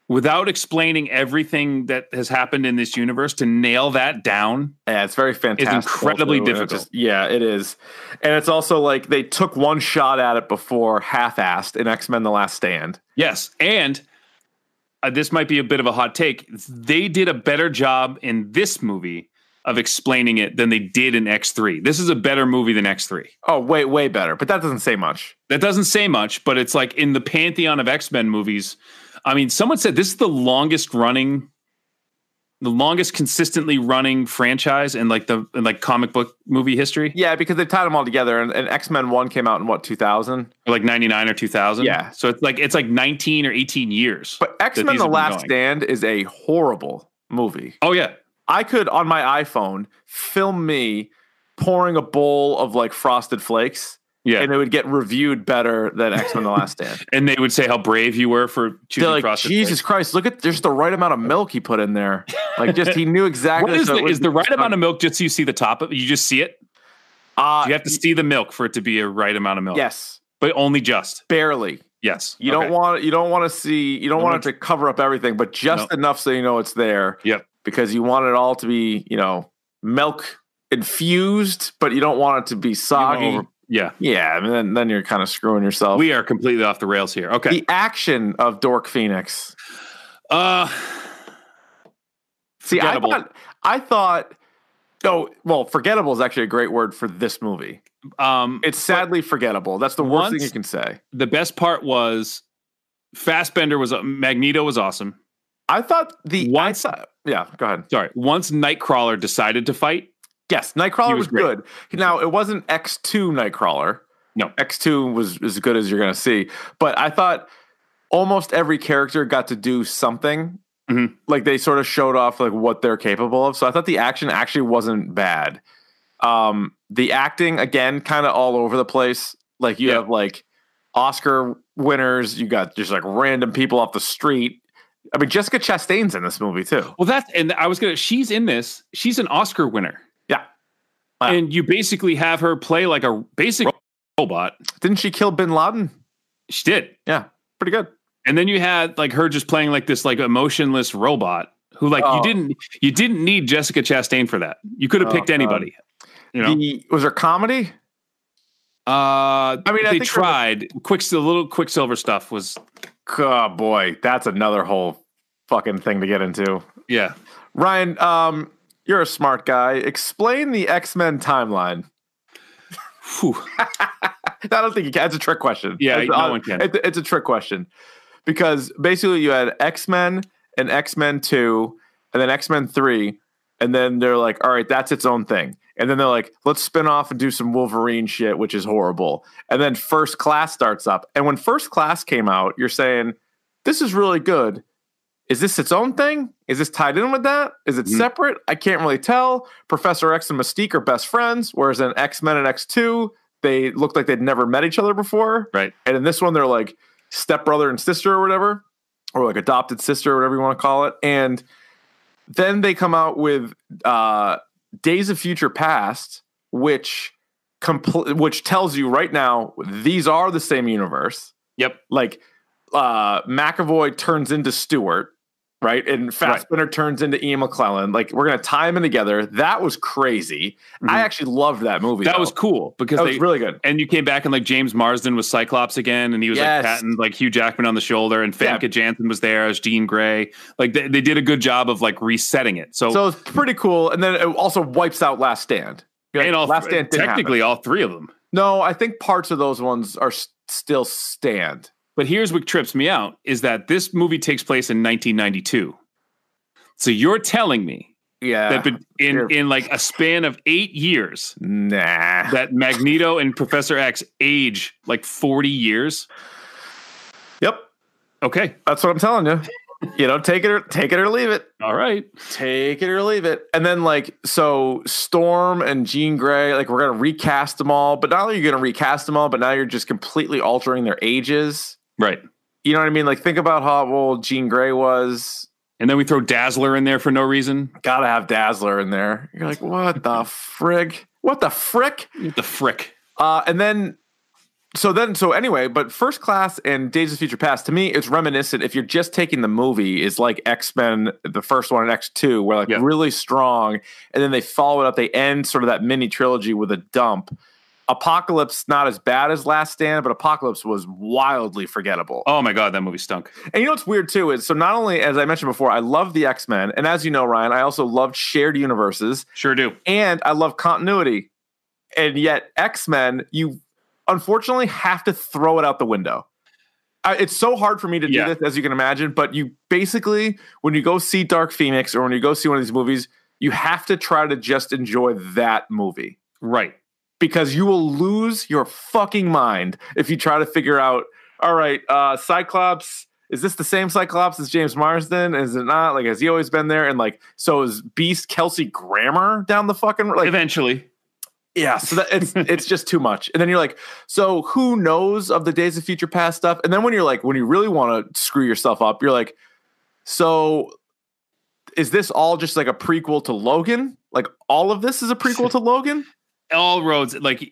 Speaker 3: without explaining everything that has happened in this universe to nail that down.
Speaker 2: yeah, it's very fantastic.
Speaker 3: incredibly
Speaker 2: It's
Speaker 3: difficult.
Speaker 2: just- yeah, it is, and it's also like they took one shot at it before half-assed in X Men: The Last Stand.
Speaker 3: Yes, and uh, this might be a bit of a hot take. They did a better job in this movie of explaining it than they did in X three. This is a better movie than X three.
Speaker 2: Oh, way way better, but that doesn't say much.
Speaker 3: That doesn't say much, but it's like in the pantheon of X Men movies. I mean, someone said this is the longest running, the longest consistently running franchise in like the in like comic book movie history,
Speaker 2: Yeah, because they tied them all together, and, and X Men One came out in what two thousand.
Speaker 3: or like ninety nine or two thousand.
Speaker 2: Yeah.
Speaker 3: so it's like it's like nineteen or eighteen years.
Speaker 2: But X Men:
Speaker 3: these
Speaker 2: The
Speaker 3: have been
Speaker 2: Last
Speaker 3: going.
Speaker 2: Stand is a horrible movie.
Speaker 3: oh yeah,
Speaker 2: I could on my iPhone film me pouring a bowl of like frosted flakes
Speaker 3: yeah,
Speaker 2: and it would get reviewed better than X Men: The Last Stand.
Speaker 3: and they would say how brave you were for
Speaker 2: They're
Speaker 3: choosing
Speaker 2: like,
Speaker 3: Frosted
Speaker 2: Jesus
Speaker 3: Flakes.
Speaker 2: Christ, look at there's the right amount of milk he put in there. Like, just he knew exactly.
Speaker 3: What is
Speaker 2: so it
Speaker 3: the, is
Speaker 2: wouldn't
Speaker 3: the
Speaker 2: be
Speaker 3: right
Speaker 2: just
Speaker 3: amount of milk just so you see the top of you just see it?
Speaker 2: un- Uh,
Speaker 3: You have to see the milk for it to be a right amount of milk.
Speaker 2: yes,
Speaker 3: But only just.
Speaker 2: barely.
Speaker 3: Yes.
Speaker 2: You
Speaker 3: Okay.
Speaker 2: don't want you don't want to see you don't
Speaker 3: Don't
Speaker 2: want
Speaker 3: want
Speaker 2: it to cover up everything, but just enough so you know it's there.
Speaker 3: Yep.
Speaker 2: Because you want it all to be you know milk infused, but you don't want it to be
Speaker 3: You don't
Speaker 2: soggy.
Speaker 3: over- yeah.
Speaker 2: yeah, I mean, then then you're kind of screwing yourself.
Speaker 3: We are completely off the rails here. Okay.
Speaker 2: The action of Dork Phoenix.
Speaker 3: Uh,
Speaker 2: See, I
Speaker 3: Forgettable.
Speaker 2: thought, I thought, oh, well, forgettable is actually a great word for this movie.
Speaker 3: um,
Speaker 2: It's sadly forgettable. That's the worst thing
Speaker 3: Once-
Speaker 2: you can say.
Speaker 3: the best part was Fassbender was uh, Magneto was awesome.
Speaker 2: I thought the I
Speaker 3: Once-
Speaker 2: thought- yeah, go ahead.
Speaker 3: Sorry, once Nightcrawler decided to fight,
Speaker 2: Yes, Nightcrawler
Speaker 3: He
Speaker 2: was,
Speaker 3: was great.
Speaker 2: good. Now it wasn't X two Nightcrawler.
Speaker 3: No.
Speaker 2: X two was as good as you're gonna see. But I thought almost every character got to do something.
Speaker 3: Mhm.
Speaker 2: Like they sort of showed off like what they're capable of. So I thought the action actually wasn't bad. Um, the acting again kind of all over the place. Like you
Speaker 3: Yeah.
Speaker 2: have like Oscar winners. You got just like random people off the street. I mean, Jessica Chastain's in this movie too.
Speaker 3: well, that's and I was gonna. She's in this. She's an Oscar winner.
Speaker 2: Yeah. Wow.
Speaker 3: and you basically have her play like a basic robot.
Speaker 2: Didn't she kill Bin Laden?
Speaker 3: She did,
Speaker 2: Pretty good.
Speaker 3: and then you had like her just playing like this like emotionless robot who like
Speaker 2: Oh.
Speaker 3: you didn't you didn't need Jessica Chastain for that. You could have
Speaker 2: Oh,
Speaker 3: picked
Speaker 2: God.
Speaker 3: anybody. You know,
Speaker 2: The, was there comedy?
Speaker 3: Uh, I
Speaker 2: mean,
Speaker 3: mean,
Speaker 2: I think
Speaker 3: they
Speaker 2: there was-
Speaker 3: tried. Quick, the little Quicksilver stuff was
Speaker 2: Oh boy, that's another whole fucking thing to get into.
Speaker 3: yeah.
Speaker 2: Ryan, um, you're a smart guy. Explain the X Men timeline.
Speaker 3: Phew.
Speaker 2: I don't think you can. It's a trick question.
Speaker 3: Yeah,
Speaker 2: it's,
Speaker 3: no
Speaker 2: uh,
Speaker 3: one can.
Speaker 2: It's, it's a trick question because basically you had X Men and X Men Two, and then X Men Three, and then they're like, all right, that's its own thing. And then they're like, let's spin off and do some Wolverine shit, which is horrible. And then First Class starts up. And when First Class came out, you're saying, this is really good. Is this its own thing? Is this tied in with that? Is it
Speaker 3: Mhm.
Speaker 2: separate? I can't really tell. Professor X and Mystique are best friends, whereas in X Men and X2, they looked like they'd never met each other before.
Speaker 3: Right.
Speaker 2: And in this one, they're like stepbrother and sister or whatever, or like adopted sister or whatever you want to call it. And then they come out with uh, Days of Future Past, which compl- which tells you right now these are the same universe
Speaker 3: Yep.
Speaker 2: like uh McAvoy turns into Stewart right? And Fassbender turns into Ian McClellan. Like we're gonna tie him in together. That was crazy. I actually loved that movie.
Speaker 3: Mm-hmm. That
Speaker 2: though.
Speaker 3: was cool because
Speaker 2: that
Speaker 3: they
Speaker 2: was really good.
Speaker 3: and you came back and like James Marsden was Cyclops again, and he was
Speaker 2: Yes.
Speaker 3: like patting like Hugh Jackman on the shoulder, and
Speaker 2: Yeah.
Speaker 3: Famke Janssen was there as Jean Grey. Like they, they did a good job of like resetting it. So,
Speaker 2: So it's pretty cool. And then it also wipes out Last Stand. You're
Speaker 3: and all
Speaker 2: Last Stand didn't happen.
Speaker 3: technically all three of them.
Speaker 2: No, I think parts of those ones are s- still stand.
Speaker 3: But here's what trips me out is that this movie takes place in 1992. So you're telling me
Speaker 2: Yeah.
Speaker 3: that be- in
Speaker 2: Here.
Speaker 3: in like a span of eight years
Speaker 2: nah.
Speaker 3: that Magneto and Professor X age like 40 years.
Speaker 2: yep.
Speaker 3: Okay,
Speaker 2: That's what I'm telling you. you know, take it or take it or leave it.
Speaker 3: all right.
Speaker 2: Take it or leave it. And then like so Storm and Jean Grey, like we're gonna recast them all, but not only are you gonna recast them all, but now you're just completely altering their ages.
Speaker 3: Right.
Speaker 2: You know what I mean? Like think about how old Jean Grey was.
Speaker 3: And then we throw Dazzler in there for no reason.
Speaker 2: Gotta have Dazzler in there. You're like, what the frig? What the frick?
Speaker 3: What the frick?
Speaker 2: Uh, and then, so then, so anyway, but First Class and Days of Future Past to me, it's reminiscent. If you're just taking the movie, is like X Men, the first one and X Two, were like
Speaker 3: Yeah.
Speaker 2: really strong, and then they follow it up. They end sort of that mini trilogy with a dump. Apocalypse not as bad as Last Stand, but Apocalypse was wildly forgettable.
Speaker 3: Oh my god, that movie stunk.
Speaker 2: And you know what's weird too is so not only as I mentioned before, I love the X Men, and as you know, Ryan, I also loved shared universes
Speaker 3: Sure do.
Speaker 2: and I love continuity. And yet, X Men, you unfortunately have to throw it out the window. I, it's so hard for me to do
Speaker 3: Yeah.
Speaker 2: this, as you can imagine. But you basically, when you go see Dark Phoenix or when you go see one of these movies, you have to try to just enjoy that movie
Speaker 3: Right.
Speaker 2: because you will lose your fucking mind if you try to figure out. All right, uh, Cyclops. Is this the same Cyclops as James Marsden? Is it not? Like, has he always been there? And like, so is Beast Kelsey Grammer down the fucking like?
Speaker 3: Eventually.
Speaker 2: Yeah, so that, it's it's just too much. And then you're like, so who knows of the Days of Future Past stuff? And then when you're like, when you really want to screw yourself up, you're like, so is this all just like a prequel to Logan? Like all of this is a prequel to Logan?
Speaker 3: All roads like
Speaker 2: It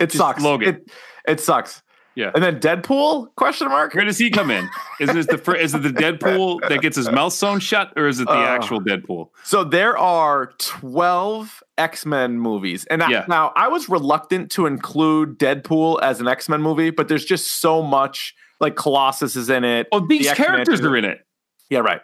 Speaker 3: Just
Speaker 2: sucks.
Speaker 3: Logan.
Speaker 2: It, it sucks.
Speaker 3: Yeah.
Speaker 2: And then Deadpool? Question mark?
Speaker 3: where does he come in? Is it the fir- is it the Deadpool that gets his mouth sewn shut, or is it the
Speaker 2: Oh.
Speaker 3: actual Deadpool?
Speaker 2: So there are 12 X Men movies. And I-
Speaker 3: Yeah.
Speaker 2: now I was reluctant to include Deadpool as an X Men movie, but there's just so much. Like Colossus is in it.
Speaker 3: Oh, these
Speaker 2: The X-Men
Speaker 3: characters
Speaker 2: too.
Speaker 3: are in it.
Speaker 2: Yeah, right.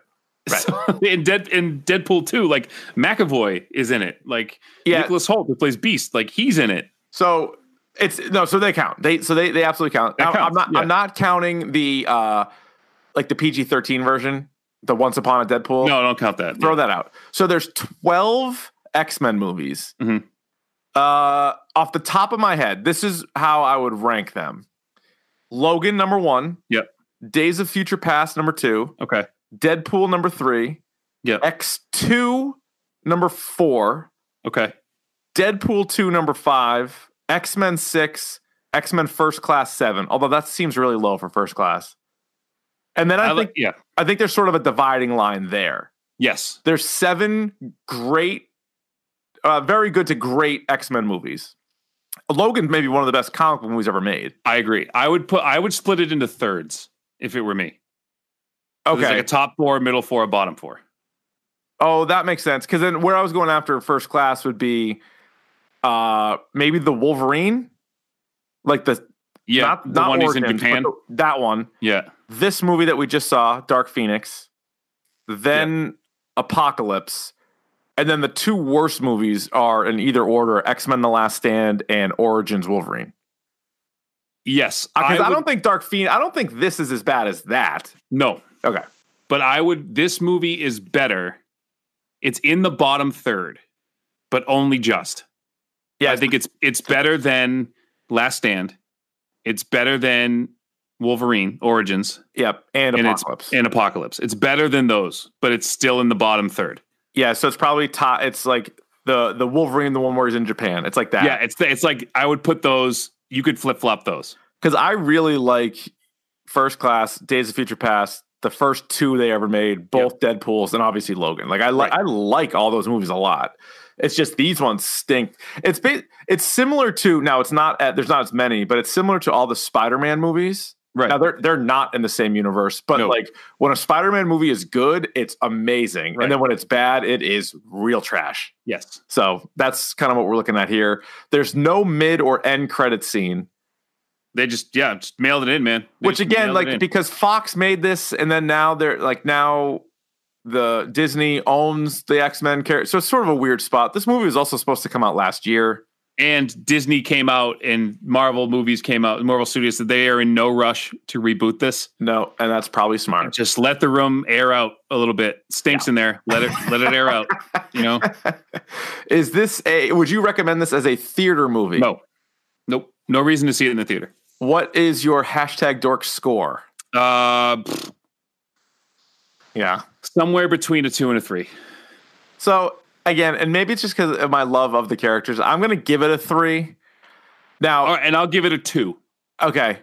Speaker 2: Right.
Speaker 3: So, in Dead in Deadpool 2, like McAvoy is in it. Like
Speaker 2: Yeah.
Speaker 3: Nicholas Holt, who plays Beast, like he's in it.
Speaker 2: So it's no, so they count. They so they they absolutely count.
Speaker 3: That
Speaker 2: Now, I'm
Speaker 3: counts,
Speaker 2: not
Speaker 3: yeah.
Speaker 2: I'm not counting the uh like the PG-13 version, the Once Upon a Deadpool.
Speaker 3: No, don't count that.
Speaker 2: throw that out. So there's 12 X-Men movies.
Speaker 3: Mhm.
Speaker 2: Uh off the top of my head, this is how I would rank them. Logan number 1.
Speaker 3: Yep.
Speaker 2: Days of Future Past number 2,
Speaker 3: Okay.
Speaker 2: Deadpool number 3,
Speaker 3: Yep.
Speaker 2: X2 number 4,
Speaker 3: Okay.
Speaker 2: Deadpool 2 number 5, X-Men 6, X-Men First Class 7. Although that seems really low for First Class. And then I,
Speaker 3: I
Speaker 2: think
Speaker 3: like yeah.
Speaker 2: I think there's sort of a dividing line there.
Speaker 3: Yes.
Speaker 2: There's seven great uh, very good to great X-Men movies. Logan's maybe one of the best comic book movies ever made.
Speaker 3: I agree. I would put I would split it into thirds if it were me. So
Speaker 2: Okay.
Speaker 3: there's, like a top four, middle four, a bottom four.
Speaker 2: oh, that makes sense. Cause then where I was going after first class would be uh maybe the Wolverine. Like the
Speaker 3: Yeah.
Speaker 2: not,
Speaker 3: the
Speaker 2: not
Speaker 3: one who's in
Speaker 2: Origins, but
Speaker 3: Japan.
Speaker 2: the- that one.
Speaker 3: yeah.
Speaker 2: this movie that we just saw, Dark Phoenix, then Apocalypse, and then the two worst movies are in either order X Men The Last Stand and Origins Wolverine.
Speaker 3: Yes.
Speaker 2: Because Uh, I,
Speaker 3: would-
Speaker 2: don't think Dark Phoenix, I don't think this is as bad as that.
Speaker 3: no.
Speaker 2: Okay.
Speaker 3: But I would this movie is better. It's in the bottom third, but only just.
Speaker 2: Yeah,
Speaker 3: I think it's it's better than Last Stand. It's better than Wolverine Origins
Speaker 2: Yep. And,
Speaker 3: And it's-
Speaker 2: Apocalypse.
Speaker 3: and Apocalypse. It's better than those, but it's still in the bottom third.
Speaker 2: yeah. So it's probably top. It's like the the Wolverine, the one where he's in Japan. It's like that.
Speaker 3: Yeah, it's it's like I would put those. You could flip flop those.
Speaker 2: because I really like First Class, Days of Future Past, the first two they ever made, both Deadpool's and obviously Logan. Like I like I like all those movies a lot. It's just these ones stink. It's ba- it's similar to now. It's not at, there's not as many, but it's similar to all the Spider-Man movies
Speaker 3: Right.
Speaker 2: Now they're they're not in the same universe, but
Speaker 3: No.
Speaker 2: like when a Spider-Man movie is good, it's amazing,
Speaker 3: Right.
Speaker 2: and then when it's bad, it is real trash.
Speaker 3: Yes.
Speaker 2: So that's kind of what we're looking at here. There's no mid or end credit scene,
Speaker 3: They just yeah, just mailed it in, man. They
Speaker 2: which
Speaker 3: just
Speaker 2: again,
Speaker 3: mailed it
Speaker 2: like
Speaker 3: in.
Speaker 2: because Fox made this, and then now they're like now the Disney owns the X Men character, so it's sort of a weird spot. This movie was also supposed to come out last year.
Speaker 3: and Disney came out and Marvel movies came out, Marvel Studios said they are in no rush to reboot this.
Speaker 2: No, and that's probably smart.
Speaker 3: Just let the room air out a little bit. Stinks in there. Let it let it air out. You know?
Speaker 2: Is this a? Would you recommend this as a theater movie?
Speaker 3: No. Nope. No reason to see it in the theater.
Speaker 2: What is your hashtag dork score?
Speaker 3: Uh pfft,
Speaker 2: Yeah.
Speaker 3: somewhere between a two and a three.
Speaker 2: So again, and maybe it's just because of my love of the characters, I'm gonna give it a three. Now,
Speaker 3: All right, and I'll give it a two.
Speaker 2: okay,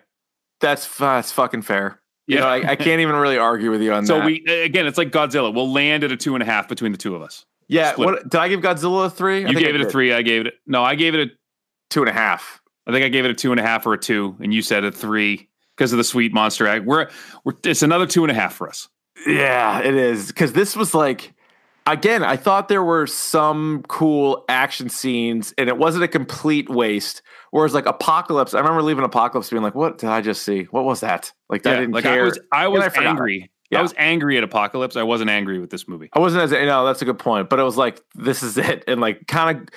Speaker 2: that's f- that's fucking fair. You
Speaker 3: Yeah.
Speaker 2: know, I, I can't even really argue with you on
Speaker 3: so
Speaker 2: that.
Speaker 3: we again it's like Godzilla. We'll land at a two and a half between the two of us.
Speaker 2: yeah.
Speaker 3: split.
Speaker 2: What did I give Godzilla a three? I
Speaker 3: You
Speaker 2: think I
Speaker 3: gave it a
Speaker 2: did.
Speaker 3: three, I gave it a, no, I gave it a
Speaker 2: two and a half.
Speaker 3: I think I gave it a two and a half or a two, and you said a three because of the sweet monster egg. We're, we're it's another two and a half for us.
Speaker 2: Yeah, it is because this was like. Again, I thought there were some cool action scenes and it wasn't a complete waste. Whereas, like, Apocalypse, I remember leaving Apocalypse being like, What did I just see? What was that? Like, that
Speaker 3: Yeah,
Speaker 2: didn't
Speaker 3: like
Speaker 2: care.
Speaker 3: I was I was
Speaker 2: I forgot.
Speaker 3: angry.
Speaker 2: Yeah.
Speaker 3: I was angry at Apocalypse. I wasn't angry with this movie.
Speaker 2: I wasn't as you know that's a good point, but it was like this is it, and like kind of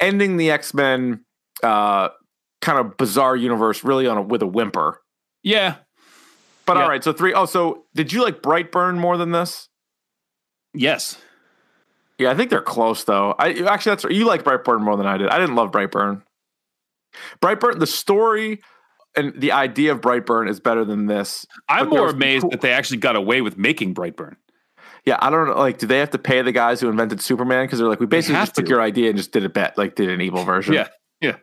Speaker 2: ending the X Men uh, kind of bizarre universe really on a, with a whimper.
Speaker 3: Yeah,
Speaker 2: But
Speaker 3: Yeah.
Speaker 2: all right, so three oh so did you like Brightburn more than this?
Speaker 3: yes,
Speaker 2: Yeah, I think they're close though. I actually that's you like Brightburn more than I did. I didn't love Brightburn. Brightburn, the story and the idea of Brightburn is better than this.
Speaker 3: I'm
Speaker 2: But there
Speaker 3: more
Speaker 2: was-
Speaker 3: amazed that they actually got away with making Brightburn.
Speaker 2: Yeah, I don't know. Like, do they have to pay the guys who invented Superman? Because they're like, we basically
Speaker 3: have
Speaker 2: just took
Speaker 3: to.
Speaker 2: your idea and just did it bet, like did an evil version.
Speaker 3: Yeah, yeah.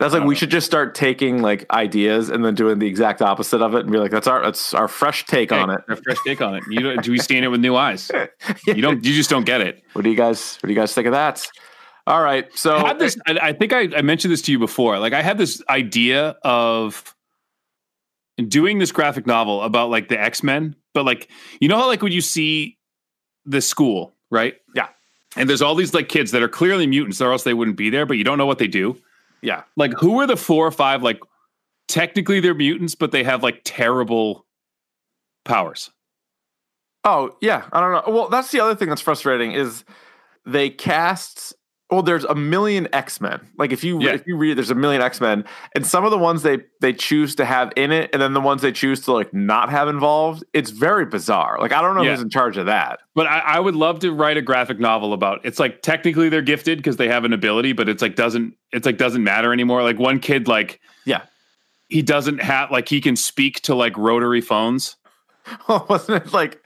Speaker 2: That's like
Speaker 3: don't
Speaker 2: we
Speaker 3: know.
Speaker 2: should just start taking like ideas and then doing the exact opposite of it and be like, that's our that's our fresh take on it.
Speaker 3: a fresh take on it. You don't, do we seeing it with new eyes? You don't. You just don't get it.
Speaker 2: What do you guys what do you guys think of that? All right. So
Speaker 3: I had this. I, I think I, I mentioned this to you before. Like I had this idea of doing this graphic novel about like the X Men, but like you know how like when you see the school, right?
Speaker 2: Yeah.
Speaker 3: And there's all these like kids that are clearly mutants, or else they wouldn't be there. But you don't know what they do.
Speaker 2: yeah.
Speaker 3: Like who are the four or five? Like technically they're mutants, but they have like terrible powers.
Speaker 2: Oh, yeah. I don't know. Well, that's the other thing that's frustrating is they cast well, there's a million X-Men. Like if you
Speaker 3: Yeah.
Speaker 2: if you read there's a million X-Men and some of the ones they they choose to have in it and then the ones they choose to like not have involved, it's very bizarre. Like I don't know
Speaker 3: Yeah.
Speaker 2: who's in charge of that.
Speaker 3: But I, I would love to write a graphic novel about. It's like technically they're gifted because they have an ability, but it's like doesn't it's like doesn't matter anymore. Like one kid, like
Speaker 2: Yeah.
Speaker 3: he doesn't have like he can speak to like rotary phones.
Speaker 2: Wasn't it like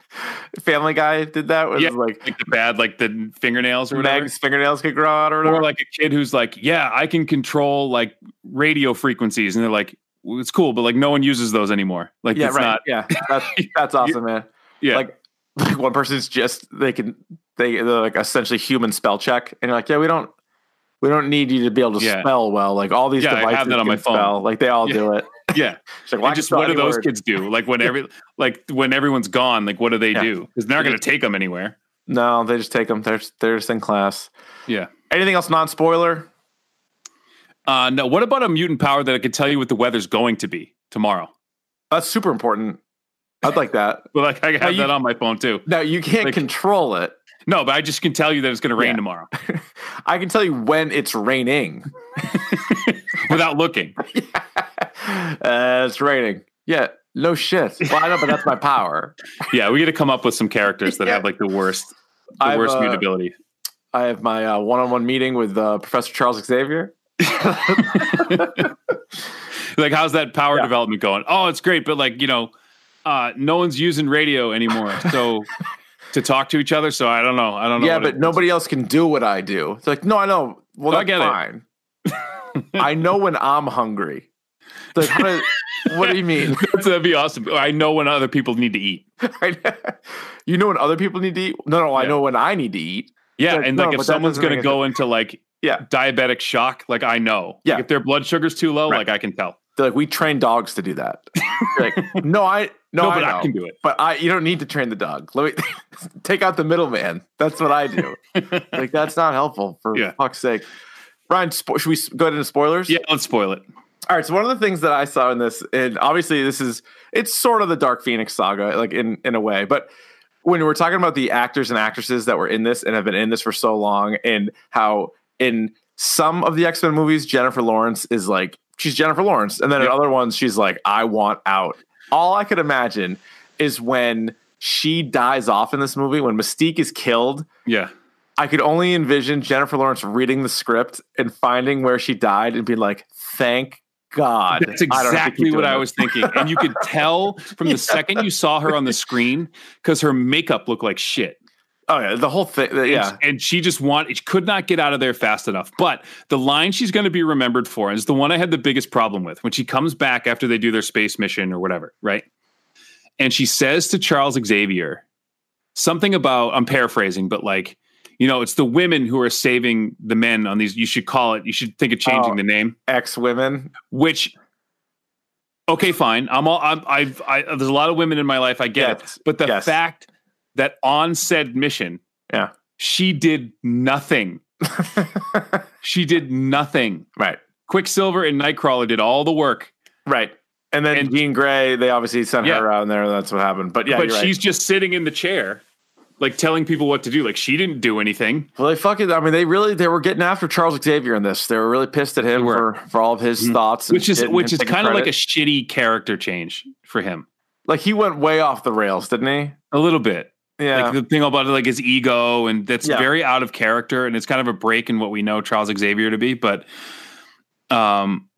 Speaker 2: Family Guy did that? Was
Speaker 3: Yeah.
Speaker 2: like
Speaker 3: Like the bad, like the fingernails or whatever.
Speaker 2: Meg's fingernails could grow out or whatever.
Speaker 3: Or like a kid who's like, yeah, I can control like radio frequencies, and they're like, "Well, it's cool, but like no one uses those anymore. Like
Speaker 2: yeah,
Speaker 3: it's
Speaker 2: right.
Speaker 3: not,
Speaker 2: yeah, that's, that's awesome, man.
Speaker 3: yeah,
Speaker 2: Like, Like one person's just they can they they're like essentially human spell check, and you're like, yeah, we don't we don't need you to be able to
Speaker 3: Yeah.
Speaker 2: spell well. Like all these
Speaker 3: Yeah, I
Speaker 2: devices
Speaker 3: have that on
Speaker 2: can
Speaker 3: my phone.
Speaker 2: spell. Like they all
Speaker 3: Yeah.
Speaker 2: do it.
Speaker 3: yeah.
Speaker 2: It's like, well, I can
Speaker 3: And just
Speaker 2: spell
Speaker 3: what do
Speaker 2: any
Speaker 3: those
Speaker 2: word.
Speaker 3: kids do? Like when every like when everyone's gone, like what do they
Speaker 2: Yeah.
Speaker 3: do? Because they're not going to take them anywhere.
Speaker 2: No, they just take them. They're they're just in class.
Speaker 3: Yeah.
Speaker 2: Anything else non spoiler?
Speaker 3: Uh, no. What about a mutant power that I could tell you what the weather's going to be tomorrow?
Speaker 2: That's super important. I'd like that.
Speaker 3: Well, like I have
Speaker 2: you-
Speaker 3: that on my phone too.
Speaker 2: Now you can't
Speaker 3: Like-
Speaker 2: control it.
Speaker 3: No, but I just can tell you that it's going to rain
Speaker 2: Yeah.
Speaker 3: tomorrow
Speaker 2: I can tell you when it's raining.
Speaker 3: without looking.
Speaker 2: uh, it's raining. Yeah, no shit. Well, I know, but that's my power.
Speaker 3: Yeah, we got to come up with some characters that have like the worst, the
Speaker 2: I've,
Speaker 3: worst
Speaker 2: uh,
Speaker 3: mutability.
Speaker 2: I have my uh, one-on-one meeting with uh, Professor Charles Xavier.
Speaker 3: Like, how's that power
Speaker 2: yeah.
Speaker 3: development going? Oh, it's great, but like you know, uh, no one's using radio anymore, so to talk to each other. So I don't know. I don't know.
Speaker 2: Yeah,
Speaker 3: what
Speaker 2: but
Speaker 3: it-
Speaker 2: nobody else can do what I do. It's like, no, I know. Well,
Speaker 3: No,
Speaker 2: that's
Speaker 3: I get it.
Speaker 2: fine. I know when I'm hungry. It's Like, how do- what do you mean?
Speaker 3: That'd be awesome. I know when other people need to eat.
Speaker 2: you know when other people need to eat? No, no, I
Speaker 3: Yeah.
Speaker 2: know when I need to eat.
Speaker 3: Yeah,
Speaker 2: Like,
Speaker 3: and
Speaker 2: no,
Speaker 3: like
Speaker 2: but
Speaker 3: if
Speaker 2: that
Speaker 3: someone's
Speaker 2: doesn't make any
Speaker 3: gonna go into like
Speaker 2: Yeah.
Speaker 3: diabetic shock, like I know. Like,
Speaker 2: Yeah.
Speaker 3: if their blood sugar's too low,
Speaker 2: Right.
Speaker 3: like I can tell.
Speaker 2: They're like, we train dogs to do that. You're like, no, I no,
Speaker 3: No,
Speaker 2: I
Speaker 3: but I
Speaker 2: know.
Speaker 3: can do it.
Speaker 2: But I, you don't need to train the dog. Let me take out the middleman. That's what I do. like that's not helpful for
Speaker 3: Yeah.
Speaker 2: fuck's sake. Brian, spo- should we s- go into spoilers?
Speaker 3: Yeah, let's spoil it.
Speaker 2: All right. So one of the things that I saw in this, and obviously this is it's sort of the Dark Phoenix saga, like in in a way, but when we're talking about the actors and actresses that were in this and have been in this for so long, and how in some of the X Men movies Jennifer Lawrence is like she's Jennifer Lawrence, and then in
Speaker 3: Yeah.
Speaker 2: other ones she's like I want out. All I could imagine is when she dies off in this movie when Mystique is killed
Speaker 3: Yeah.
Speaker 2: I could only envision Jennifer Lawrence reading the script and finding where she died and being like, "Thank God."
Speaker 3: That's
Speaker 2: I don't have to keep
Speaker 3: exactly
Speaker 2: doing
Speaker 3: what I
Speaker 2: this."
Speaker 3: was thinking. And you could tell from the second you saw her on the screen because her makeup looked like shit.
Speaker 2: Oh yeah, the whole thing. the-
Speaker 3: And-
Speaker 2: Yeah,
Speaker 3: And she just want it could not get out of there fast enough. But the line she's going to be remembered for is the one I had the biggest problem with when she comes back after they do their space mission or whatever, right? And she says to Charles Xavier something about I'm paraphrasing, but like, you know, it's the women who are saving the men on these. You should call it, you should think of changing
Speaker 2: Oh.
Speaker 3: the name.
Speaker 2: ex women.
Speaker 3: which okay fine i'm all i'm i've I, there's a lot of women in my life i get
Speaker 2: Yes,
Speaker 3: it but the
Speaker 2: yes.
Speaker 3: fact that on said mission
Speaker 2: Yeah.
Speaker 3: she did nothing she did nothing
Speaker 2: Right,
Speaker 3: quicksilver and nightcrawler did all the work
Speaker 2: right. And then
Speaker 3: And-
Speaker 2: Jean Grey, they obviously sent
Speaker 3: Yeah.
Speaker 2: her around there. And that's what happened. But yeah,
Speaker 3: but
Speaker 2: you're right.
Speaker 3: she's just sitting in the chair like telling people what to do like she didn't do anything
Speaker 2: Well, they fucking. I mean, they really they were getting after Charles Xavier in this. They were really pissed at him for,
Speaker 3: They were. Mm-hmm.
Speaker 2: for all of his thoughts, and
Speaker 3: which is
Speaker 2: shit and
Speaker 3: which
Speaker 2: him
Speaker 3: is
Speaker 2: taking
Speaker 3: kind of like a
Speaker 2: credit.
Speaker 3: shitty character change for him
Speaker 2: like he went way off the rails, didn't
Speaker 3: a little bit
Speaker 2: he? Yeah,
Speaker 3: Like the thing about like his ego, and that's
Speaker 2: Yeah.
Speaker 3: very out of character, and it's kind of a break in what we know Charles Xavier to be. But, um,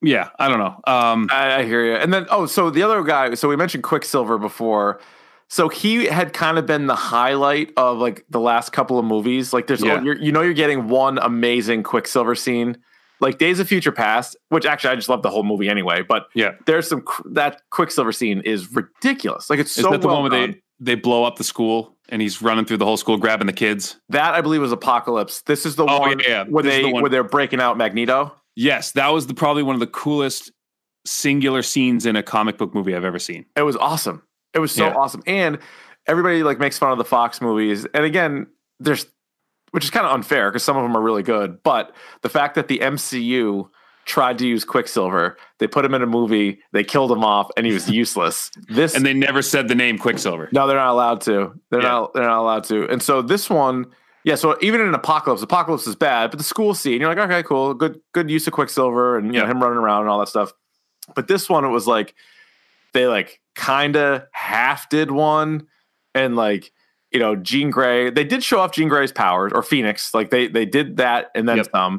Speaker 3: yeah, I don't know. Um,
Speaker 2: I, I hear you. And then, oh, so the other guy, so we mentioned Quicksilver before. So he had kind of been the highlight of like the last couple of movies. Like, there's,
Speaker 3: Yeah.
Speaker 2: oh, you're, you know, you're getting one amazing Quicksilver scene, like Days of Future Past, which actually I just love the whole movie anyway. But
Speaker 3: yeah,
Speaker 2: there's some cr- that Quicksilver scene is ridiculous. Like, it's
Speaker 3: is
Speaker 2: so
Speaker 3: that the
Speaker 2: well
Speaker 3: one where
Speaker 2: done.
Speaker 3: they they blow up the school and he's running through the whole school grabbing the kids?
Speaker 2: that I believe was Apocalypse. This is the
Speaker 3: Oh,
Speaker 2: one
Speaker 3: yeah, yeah.
Speaker 2: where
Speaker 3: This is
Speaker 2: they
Speaker 3: the one.
Speaker 2: where they're breaking out Magneto.
Speaker 3: Yes, that was the probably one of the coolest singular scenes in a comic book movie I've ever seen.
Speaker 2: It was awesome. It was so
Speaker 3: Yeah.
Speaker 2: awesome. And everybody like makes fun of the Fox movies. And again, there's which is kind of unfair because some of them are really good, but the fact that the MCU tried to use Quicksilver, they put him in a movie, they killed him off, and he was useless. This
Speaker 3: And they never said the name Quicksilver.
Speaker 2: no, they're not allowed to. They're
Speaker 3: Yeah.
Speaker 2: not. They're not allowed to. And so this one, yeah. So even in Apocalypse, Apocalypse is bad, but the school scene, you're like, okay, cool, good, good use of Quicksilver and you know
Speaker 3: Yeah.
Speaker 2: him running around and all that stuff. But this one, it was like they like kind of half did one, and like you know, Jean Grey. They did show off Jean Grey's powers or Phoenix. Like they they did that and then
Speaker 3: Yep.
Speaker 2: some,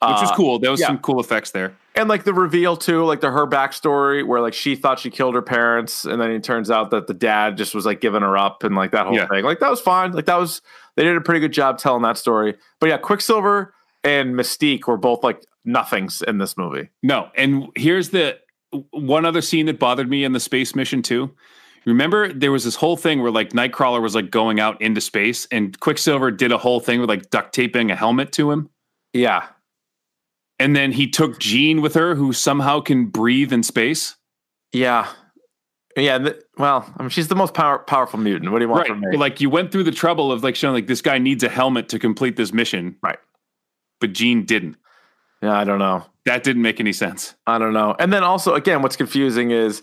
Speaker 3: Which was
Speaker 2: Uh,
Speaker 3: cool. There was
Speaker 2: yeah.
Speaker 3: some cool effects there.
Speaker 2: and like the reveal too, like the her backstory where like she thought she killed her parents, and then it turns out that the dad just was like giving her up and like that whole
Speaker 3: Yeah.
Speaker 2: thing. Like that was fine. Like that was they did a pretty good job telling that story. But yeah, Quicksilver and Mystique were both like nothings in this movie.
Speaker 3: No, and here's the one other scene that bothered me in the space mission too. Remember, there was this whole thing where like Nightcrawler was like going out into space, and Quicksilver did a whole thing with like duct taping a helmet to him,
Speaker 2: Yeah.
Speaker 3: and then he took Jean with her, who somehow can breathe in space.
Speaker 2: Yeah. Yeah. and th- well, I mean she's the most power- powerful mutant. What do you want
Speaker 3: Right,
Speaker 2: from
Speaker 3: but,
Speaker 2: me?
Speaker 3: like you went through the trouble of like showing like this guy needs a helmet to complete this mission,
Speaker 2: Right.
Speaker 3: But Jean didn't.
Speaker 2: yeah, I don't know.
Speaker 3: That didn't make any sense.
Speaker 2: I don't know. And then also, again, what's confusing is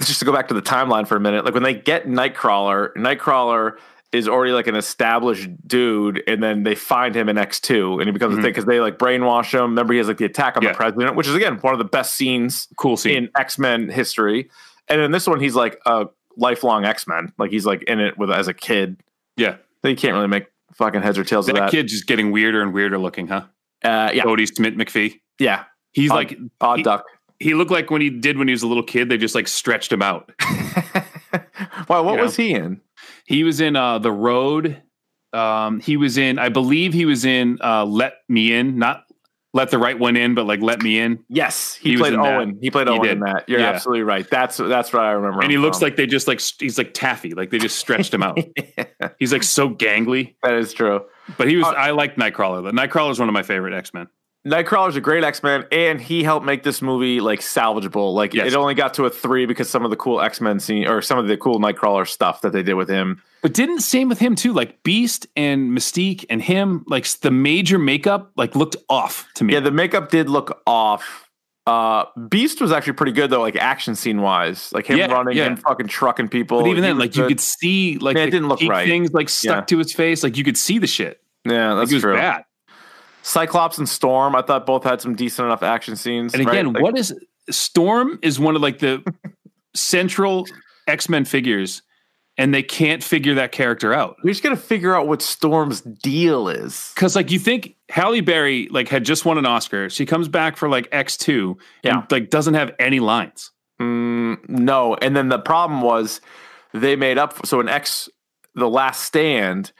Speaker 2: just to go back to the timeline for a minute. Like when they get Nightcrawler, Nightcrawler is already like an established dude, and then they find him in X two, and he becomes a
Speaker 3: Mhm.
Speaker 2: thing because they like brainwash him. Remember, he has like the attack on
Speaker 3: Yeah.
Speaker 2: the president, which is again one of the best scenes
Speaker 3: Cool scene.
Speaker 2: in X Men history. And in this one, he's like a lifelong X Men. Like he's like in it with as a kid.
Speaker 3: yeah,
Speaker 2: So you can't really make fucking heads or tails
Speaker 3: that,
Speaker 2: of that.
Speaker 3: kid's just getting weirder and weirder looking, huh?
Speaker 2: uh, yeah,
Speaker 3: Cody Smith McPhee.
Speaker 2: yeah.
Speaker 3: He's
Speaker 2: Oh.
Speaker 3: like
Speaker 2: Odd
Speaker 3: He-
Speaker 2: duck.
Speaker 3: he looked like when he did when he was a little kid. They just like stretched him out.
Speaker 2: wow, what
Speaker 3: You know.
Speaker 2: was he in?
Speaker 3: He was in uh, the road. Um, he was in, I believe, he was in uh, Let Me In, not Let the Right One In, but like Let Me In.
Speaker 2: Yes, he,
Speaker 3: He was
Speaker 2: played
Speaker 3: in that.
Speaker 2: Owen. He played
Speaker 3: He
Speaker 2: Owen
Speaker 3: did.
Speaker 2: in that. You're
Speaker 3: Yeah.
Speaker 2: absolutely right. That's that's what I remember.
Speaker 3: And he
Speaker 2: him
Speaker 3: looks
Speaker 2: from.
Speaker 3: like they just like st- he's like taffy, like they just stretched him out. He's like so gangly,
Speaker 2: that is true.
Speaker 3: but he was.
Speaker 2: Uh,
Speaker 3: I liked Nightcrawler. The Nightcrawler is one of my favorite X Men.
Speaker 2: Nightcrawler's a great X Men, and he helped make this movie like salvageable. Like
Speaker 3: Yes.
Speaker 2: it only got to a three because some of the cool X Men scene or some of the cool Nightcrawler stuff that they did with him.
Speaker 3: But didn't same with him too? Like Beast and Mystique and him, like the major makeup, like looked off to me.
Speaker 2: Yeah, the makeup did look off. Uh, Beast was actually pretty good though, like action scene wise, like him
Speaker 3: Yeah,
Speaker 2: running
Speaker 3: yeah.
Speaker 2: and fucking trucking people.
Speaker 3: but even
Speaker 2: He
Speaker 3: then,
Speaker 2: was
Speaker 3: like you
Speaker 2: Oh, good.
Speaker 3: could see, like
Speaker 2: Yeah, it
Speaker 3: the
Speaker 2: didn't look
Speaker 3: cheek
Speaker 2: right.
Speaker 3: Things like stuck
Speaker 2: Yeah.
Speaker 3: to his face. Like you could see the shit.
Speaker 2: yeah,
Speaker 3: Like,
Speaker 2: that's
Speaker 3: it was
Speaker 2: true.
Speaker 3: bad.
Speaker 2: Cyclops and Storm, I thought both had some decent enough action scenes.
Speaker 3: And
Speaker 2: right?
Speaker 3: again,
Speaker 2: Like,
Speaker 3: what is Storm is one of like the central X Men figures, and they can't figure that character out
Speaker 2: we just gotta figure out what Storm's deal is.
Speaker 3: because like you think Halle Berry like had just won an Oscar. She comes back for like X two,
Speaker 2: Yeah.
Speaker 3: and like doesn't have any lines.
Speaker 2: Mm, no, and then the problem was they made up. So in X, The Last Stand,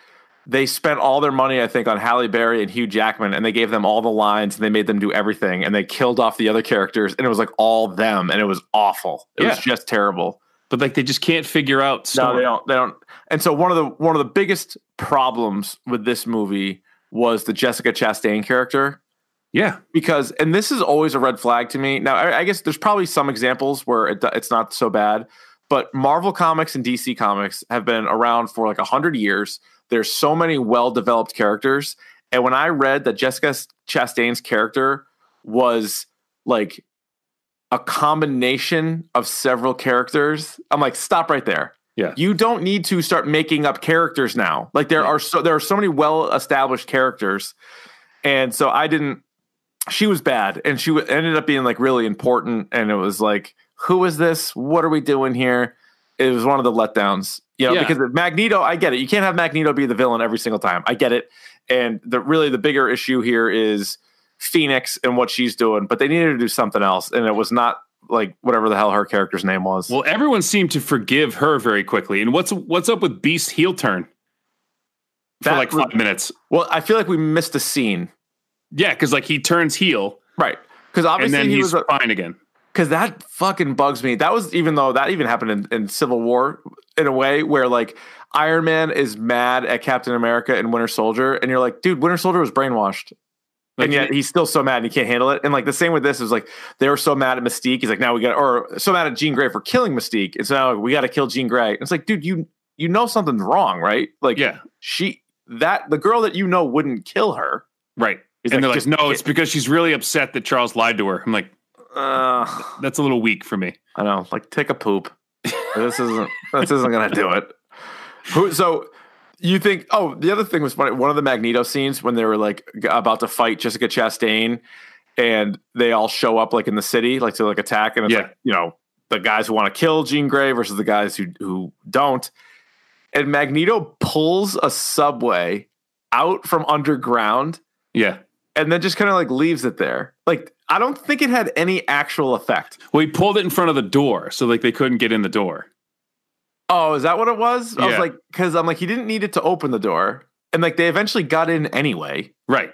Speaker 2: they spent all their money, I think, on Halle Berry and Hugh Jackman, and they gave them all the lines and they made them do everything, and they killed off the other characters, and it was like all them, and it was awful. It was
Speaker 3: Yeah.
Speaker 2: just terrible.
Speaker 3: But like they just can't figure out. Storm.
Speaker 2: No, they don't. They don't. And so one of the one of the biggest problems with this movie was the Jessica Chastain character
Speaker 3: Yeah.
Speaker 2: because and this is always a red flag to me now i, I guess there's probably some examples where it, it's not so bad but marvel comics and dc comics have been around for like 100 years there's so many well-developed characters and when i read that jessica chastain's character was like a combination of several characters i'm like stop right there
Speaker 3: Yeah.
Speaker 2: you don't need to start making up characters now like there
Speaker 3: Yeah.
Speaker 2: are so there are so many well-established characters and so i didn't she was bad and she wa- ended up being like really important and it was like who is this what are we doing here it was one of the letdowns you know
Speaker 3: Yeah.
Speaker 2: because magneto i get it you can't have magneto be the villain every single time i get it and the really the bigger issue here is phoenix and what she's doing but they needed to do something else and it was not like whatever the hell her character's name was
Speaker 3: Well, everyone seemed to forgive her very quickly. And what's what's up with Beast heel turn for
Speaker 2: That
Speaker 3: like
Speaker 2: was-
Speaker 3: five minutes?
Speaker 2: well i feel like we missed a scene
Speaker 3: Yeah, because like he turns heel
Speaker 2: right because
Speaker 3: and
Speaker 2: obviously
Speaker 3: then
Speaker 2: he
Speaker 3: he's
Speaker 2: was a,
Speaker 3: fine again.
Speaker 2: because that fucking bugs me. That was even though that even happened in, in Civil War in a way where like Iron Man is mad at Captain America and Winter Soldier, and you're like, dude, Winter Soldier was brainwashed.
Speaker 3: Like,
Speaker 2: and yet he's still so mad and he can't handle it. And like the same with this is like they were so mad at Mystique. He's like, now we got or so mad at Jean Grey for killing Mystique. And so now we got to kill Jean Grey. it's like, dude, you you know something's wrong, right? Like
Speaker 3: yeah,
Speaker 2: she that the girl that you know wouldn't kill her.
Speaker 3: right.
Speaker 2: He's
Speaker 3: and
Speaker 2: like,
Speaker 3: they're
Speaker 2: just
Speaker 3: like, no,
Speaker 2: get-
Speaker 3: it's because she's really upset that Charles lied to her. I'm like,
Speaker 2: Uh,
Speaker 3: that's a little weak for me.
Speaker 2: I know, like take a poop. this isn't this isn't gonna do it. Who so you think oh the other thing was funny one of the Magneto scenes when they were like g- about to fight Jessica Chastain and they all show up like in the city like to like attack and it's
Speaker 3: Yeah.
Speaker 2: like you know the guys who want to kill Jean Grey versus the guys who who don't and Magneto pulls a subway out from underground
Speaker 3: Yeah.
Speaker 2: and then just kind of like leaves it there like I don't think it had any actual effect
Speaker 3: Well, he pulled it in front of the door, so like they couldn't get in the door.
Speaker 2: Oh, is that what it was? I was
Speaker 3: Yeah.
Speaker 2: like, because I'm like, he didn't need it to open the door, and like they eventually got in anyway.
Speaker 3: Right.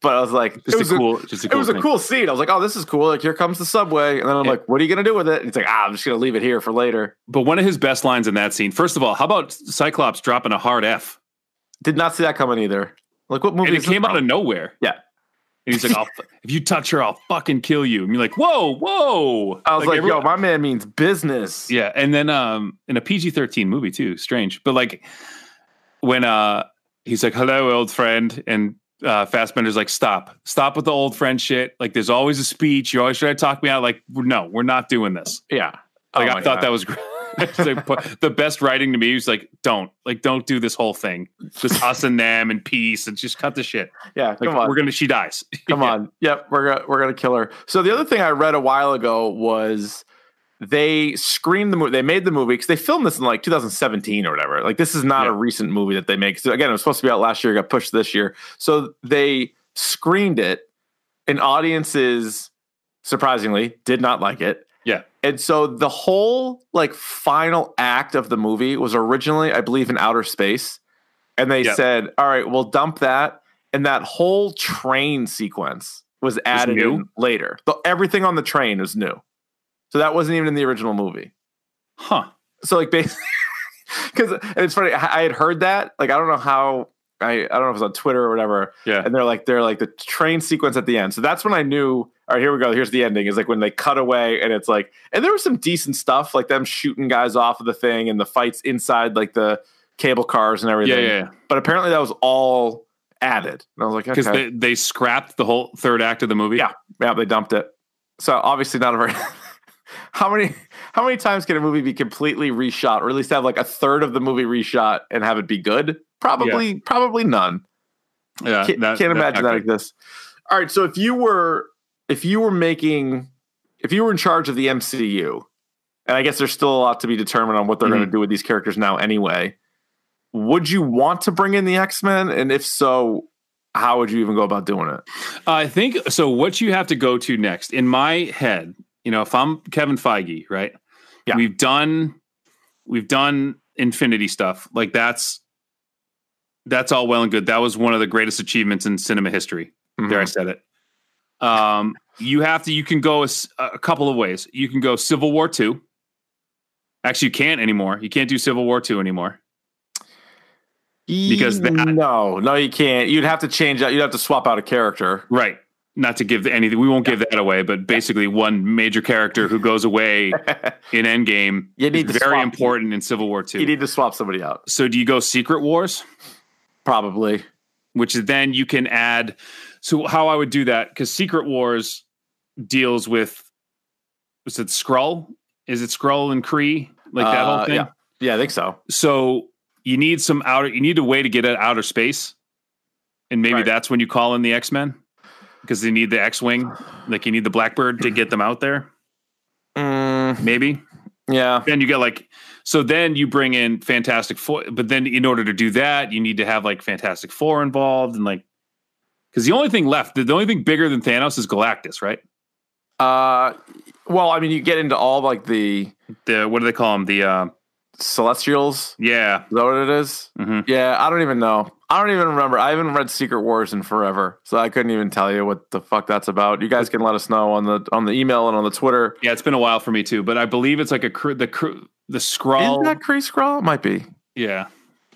Speaker 2: But I was like, it
Speaker 3: Just
Speaker 2: was
Speaker 3: a
Speaker 2: a-
Speaker 3: cool. just a
Speaker 2: it
Speaker 3: cool.
Speaker 2: was a
Speaker 3: thing.
Speaker 2: cool scene. I was like, oh, this is cool. Like, here comes the subway, and then I'm
Speaker 3: Yeah.
Speaker 2: like, what are you gonna do with it? And it's like, ah, I'm just gonna leave it here for later.
Speaker 3: But one of his best lines in that scene. First of all, how about Cyclops dropping a hard F?
Speaker 2: Did not see that coming either. Like, what movie?
Speaker 3: and it
Speaker 2: is this
Speaker 3: came out
Speaker 2: from?
Speaker 3: of nowhere.
Speaker 2: Yeah.
Speaker 3: And he's like, I'll, fu- if you touch her, I'll fucking kill you. And you're like, whoa, whoa.
Speaker 2: I was like, yo,
Speaker 3: everyone-
Speaker 2: my man means business.
Speaker 3: yeah. And then um in a PG 13 movie too, strange. But like when uh he's like, hello, old friend. And uh Fastbender's like, stop, stop with the old friend shit. Like there's always a speech. You always try to talk me out. Like, no, we're not doing this.
Speaker 2: yeah.
Speaker 3: Like
Speaker 2: Oh
Speaker 3: I
Speaker 2: my
Speaker 3: thought
Speaker 2: God.
Speaker 3: that was great. It's like, pu- the best writing to me was like, don't, like, don't do this whole thing. Just us and them and peace and just cut the shit.
Speaker 2: Yeah,
Speaker 3: Like,
Speaker 2: come on.
Speaker 3: we're gonna, she dies.
Speaker 2: Come
Speaker 3: Yeah.
Speaker 2: on. Yep, we're gonna we're gonna kill her. So the other thing I read a while ago was they screened the movie. They made the movie because they filmed this in like 2017 or whatever. Like this is not a
Speaker 3: Yeah.
Speaker 2: recent movie that they make. So again, it was supposed to be out last year, got pushed this year. So they screened it, and audiences surprisingly did not like it.
Speaker 3: Yeah.
Speaker 2: And so the whole like final act of the movie was originally, I believe, in outer space. And they
Speaker 3: Yeah.
Speaker 2: said, all right, we'll dump that. And that whole train sequence was added
Speaker 3: new?
Speaker 2: in later. The, everything on the train was new. So that wasn't even in the original movie.
Speaker 3: Huh.
Speaker 2: So like basically, because and it's funny. I I had heard that. Like I don't know how. I, I don't know if it was on Twitter or whatever.
Speaker 3: Yeah.
Speaker 2: And they're like, they're like the train sequence at the end. So that's when I knew, all right, here we go. Here's the ending. Is like when they cut away and it's like, and there was some decent stuff, like them shooting guys off of the thing and the fights inside like the cable cars and
Speaker 3: yeah,
Speaker 2: everything.
Speaker 3: yeah.
Speaker 2: But apparently that was all added. And I was like,
Speaker 3: Because
Speaker 2: okay.
Speaker 3: they, they scrapped the whole third act of the movie.
Speaker 2: Yeah. Yeah, they dumped it. So obviously not a very. how many how many times can a movie be completely reshot, or at least have like a third of the movie reshot and have it be good? Probably, probably none.
Speaker 3: yeah.
Speaker 2: Can't,
Speaker 3: Uh, that-
Speaker 2: can't
Speaker 3: that-
Speaker 2: imagine that
Speaker 3: okay.
Speaker 2: exists. All right, so if you were if you were making if you were in charge of the MCU, and I guess there's still a lot to be determined on what they're
Speaker 3: Mm-hmm.
Speaker 2: going to do with these characters now, anyway. Would you want to bring in the X Men, and if so, how would you even go about doing it?
Speaker 3: I think so. What you have to go to next in my head, you know, if I'm Kevin Feige, right?
Speaker 2: Yeah.
Speaker 3: We've done, we've done Infinity stuff. Like that's, that's all well and good. That was one of the greatest achievements in cinema history. There,
Speaker 2: Mm-hmm.
Speaker 3: I said it. Um, you have to. You can go a, s- a couple of ways. You can go Civil War two. Actually, you can't anymore. You can't do Civil War two anymore. Because that-
Speaker 2: no, no, you can't. You'd have to change out. You'd have to swap out a character.
Speaker 3: Right. Not to give anything. We won't give that away. But basically, one major character who goes away in Endgame
Speaker 2: You need
Speaker 3: is
Speaker 2: to
Speaker 3: very
Speaker 2: swap-
Speaker 3: important in Civil War
Speaker 2: you
Speaker 3: two.
Speaker 2: need to swap somebody out,
Speaker 3: So do you go Secret Wars?
Speaker 2: probably.
Speaker 3: which is then you can add. So how I would do that because Secret Wars deals with was it Skrull? Is it Skrull and Kree like that
Speaker 2: Uh,
Speaker 3: whole thing?
Speaker 2: Yeah. yeah, I think so.
Speaker 3: So you need some outer. You need a way to get at outer space, and maybe
Speaker 2: Right.
Speaker 3: that's when you call in the X Men because they need the X Wing, like you need the Blackbird to get them out there.
Speaker 2: Mm,
Speaker 3: Maybe
Speaker 2: yeah,
Speaker 3: then you get like so then you bring in fantastic four but then in order to do that you need to have like fantastic four involved and like because the only thing left the only thing bigger than thanos is galactus right
Speaker 2: Uh, well, I mean, you get into all like the
Speaker 3: the what do they call him the uh
Speaker 2: Celestials.
Speaker 3: yeah
Speaker 2: Is that what it is?
Speaker 3: Mhm.
Speaker 2: Yeah, I don't even know. I don't even remember. I haven't read Secret Wars in forever, so I couldn't even tell you what the fuck that's about. You guys can let us know on the on the email and on the Twitter.
Speaker 3: yeah it's been a while for me too but i believe it's like a cr- the cr- the
Speaker 2: Isn't
Speaker 3: scroll
Speaker 2: that Kree Skrull? Might be.
Speaker 3: yeah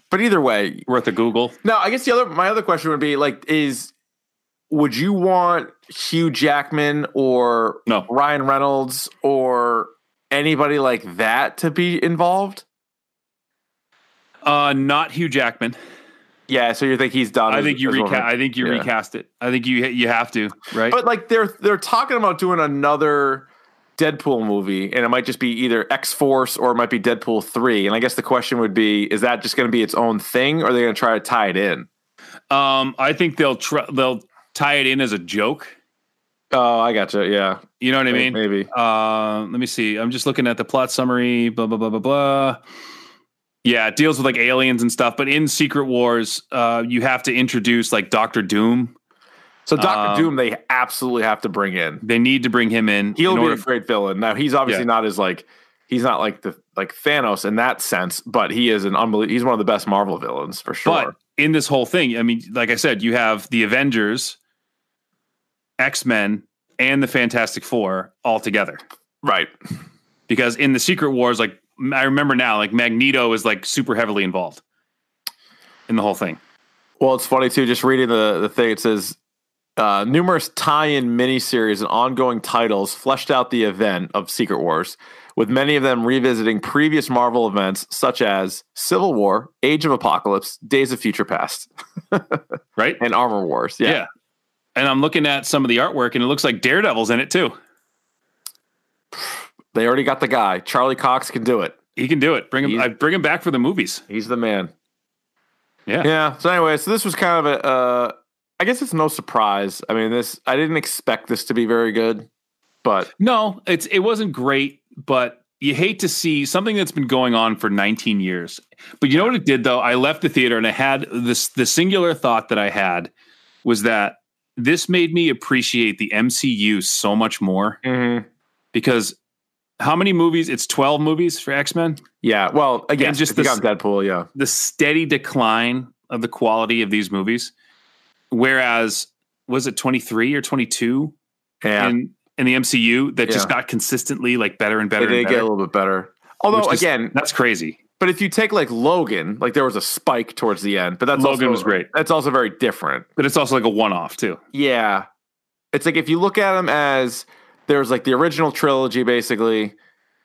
Speaker 2: But either way,
Speaker 3: worth a google
Speaker 2: No, I guess the other my other question would be like is would you want Hugh Jackman or
Speaker 3: No.
Speaker 2: Ryan Reynolds or anybody like that to be involved?
Speaker 3: uh not hugh jackman
Speaker 2: Yeah, so you think he's done?
Speaker 3: i
Speaker 2: as-
Speaker 3: think you
Speaker 2: as
Speaker 3: recast
Speaker 2: Wolverine.
Speaker 3: i think you
Speaker 2: Yeah.
Speaker 3: recast it i think you you have to right
Speaker 2: But like they're they're talking about doing another Deadpool movie, and it might just be either X Force or it might be Deadpool three. And I guess the question would be: Is that just going to be its own thing, or are they going to try to tie it in?
Speaker 3: um i think they'll tr- they'll tie it in as a joke
Speaker 2: Oh, I gotcha. Yeah,
Speaker 3: you know what i mean
Speaker 2: maybe.
Speaker 3: Uh, let me see. I'm just looking at the plot summary. Blah blah blah blah blah. Yeah, it deals with like aliens and stuff. But in Secret Wars, uh, you have to introduce like Doctor Doom.
Speaker 2: So Doctor
Speaker 3: Um,
Speaker 2: Doom, they absolutely have to bring in.
Speaker 3: They need to bring him in.
Speaker 2: he'll
Speaker 3: in
Speaker 2: be
Speaker 3: order
Speaker 2: a great villain. Now he's obviously
Speaker 3: Yeah.
Speaker 2: not as like he's not like the like Thanos in that sense, but he is an unbelievable. He's one of the best Marvel villains for sure.
Speaker 3: But in this whole thing, I mean, like I said, you have the Avengers, X Men, and the Fantastic Four all together.
Speaker 2: right,
Speaker 3: Because in the Secret Wars, like I remember now, like Magneto is like super heavily involved in the whole thing.
Speaker 2: Well, it's funny too. Just reading the the thing, it says uh, numerous tie-in miniseries and ongoing titles fleshed out the event of Secret Wars, with many of them revisiting previous Marvel events such as Civil War, Age of Apocalypse, Days of Future Past,
Speaker 3: Right?
Speaker 2: and Armor Wars.
Speaker 3: Yeah.
Speaker 2: Yeah,
Speaker 3: And I'm looking at some of the artwork and it looks like Daredevil's in it too.
Speaker 2: they already got the guy. Charlie Cox can do it.
Speaker 3: He can do it. Bring him
Speaker 2: He's-
Speaker 3: I bring him back for the movies.
Speaker 2: He's the man.
Speaker 3: Yeah.
Speaker 2: Yeah. So anyway, so this was kind of a. Uh, I guess it's no surprise. I mean, this I didn't expect this to be very good, but
Speaker 3: No, it's it wasn't great, but you hate to see something that's been going on for 19 years. But you know what it did though? I left the theater and I had this the singular thought that I had was that this made me appreciate the MCU so much more because how many movies? It's 12 movies for X-Men.
Speaker 2: yeah. Well, again,
Speaker 3: And
Speaker 2: just
Speaker 3: just
Speaker 2: if you
Speaker 3: this-
Speaker 2: got Deadpool. Yeah.
Speaker 3: the steady decline of the quality of these movies. Whereas, was it 23 or 22
Speaker 2: Yeah.
Speaker 3: in, in the MCU that just
Speaker 2: Yeah.
Speaker 3: got consistently like better and
Speaker 2: They
Speaker 3: better
Speaker 2: did
Speaker 3: and
Speaker 2: get
Speaker 3: better?
Speaker 2: a little bit better. Although
Speaker 3: Which is-
Speaker 2: again,
Speaker 3: That's crazy.
Speaker 2: But if you take like Logan, like there was a spike towards the end, but that's
Speaker 3: Logan
Speaker 2: also,
Speaker 3: was great.
Speaker 2: That's also very different.
Speaker 3: But it's also like a one off too.
Speaker 2: Yeah. It's like if you look at them as there's like the original trilogy basically,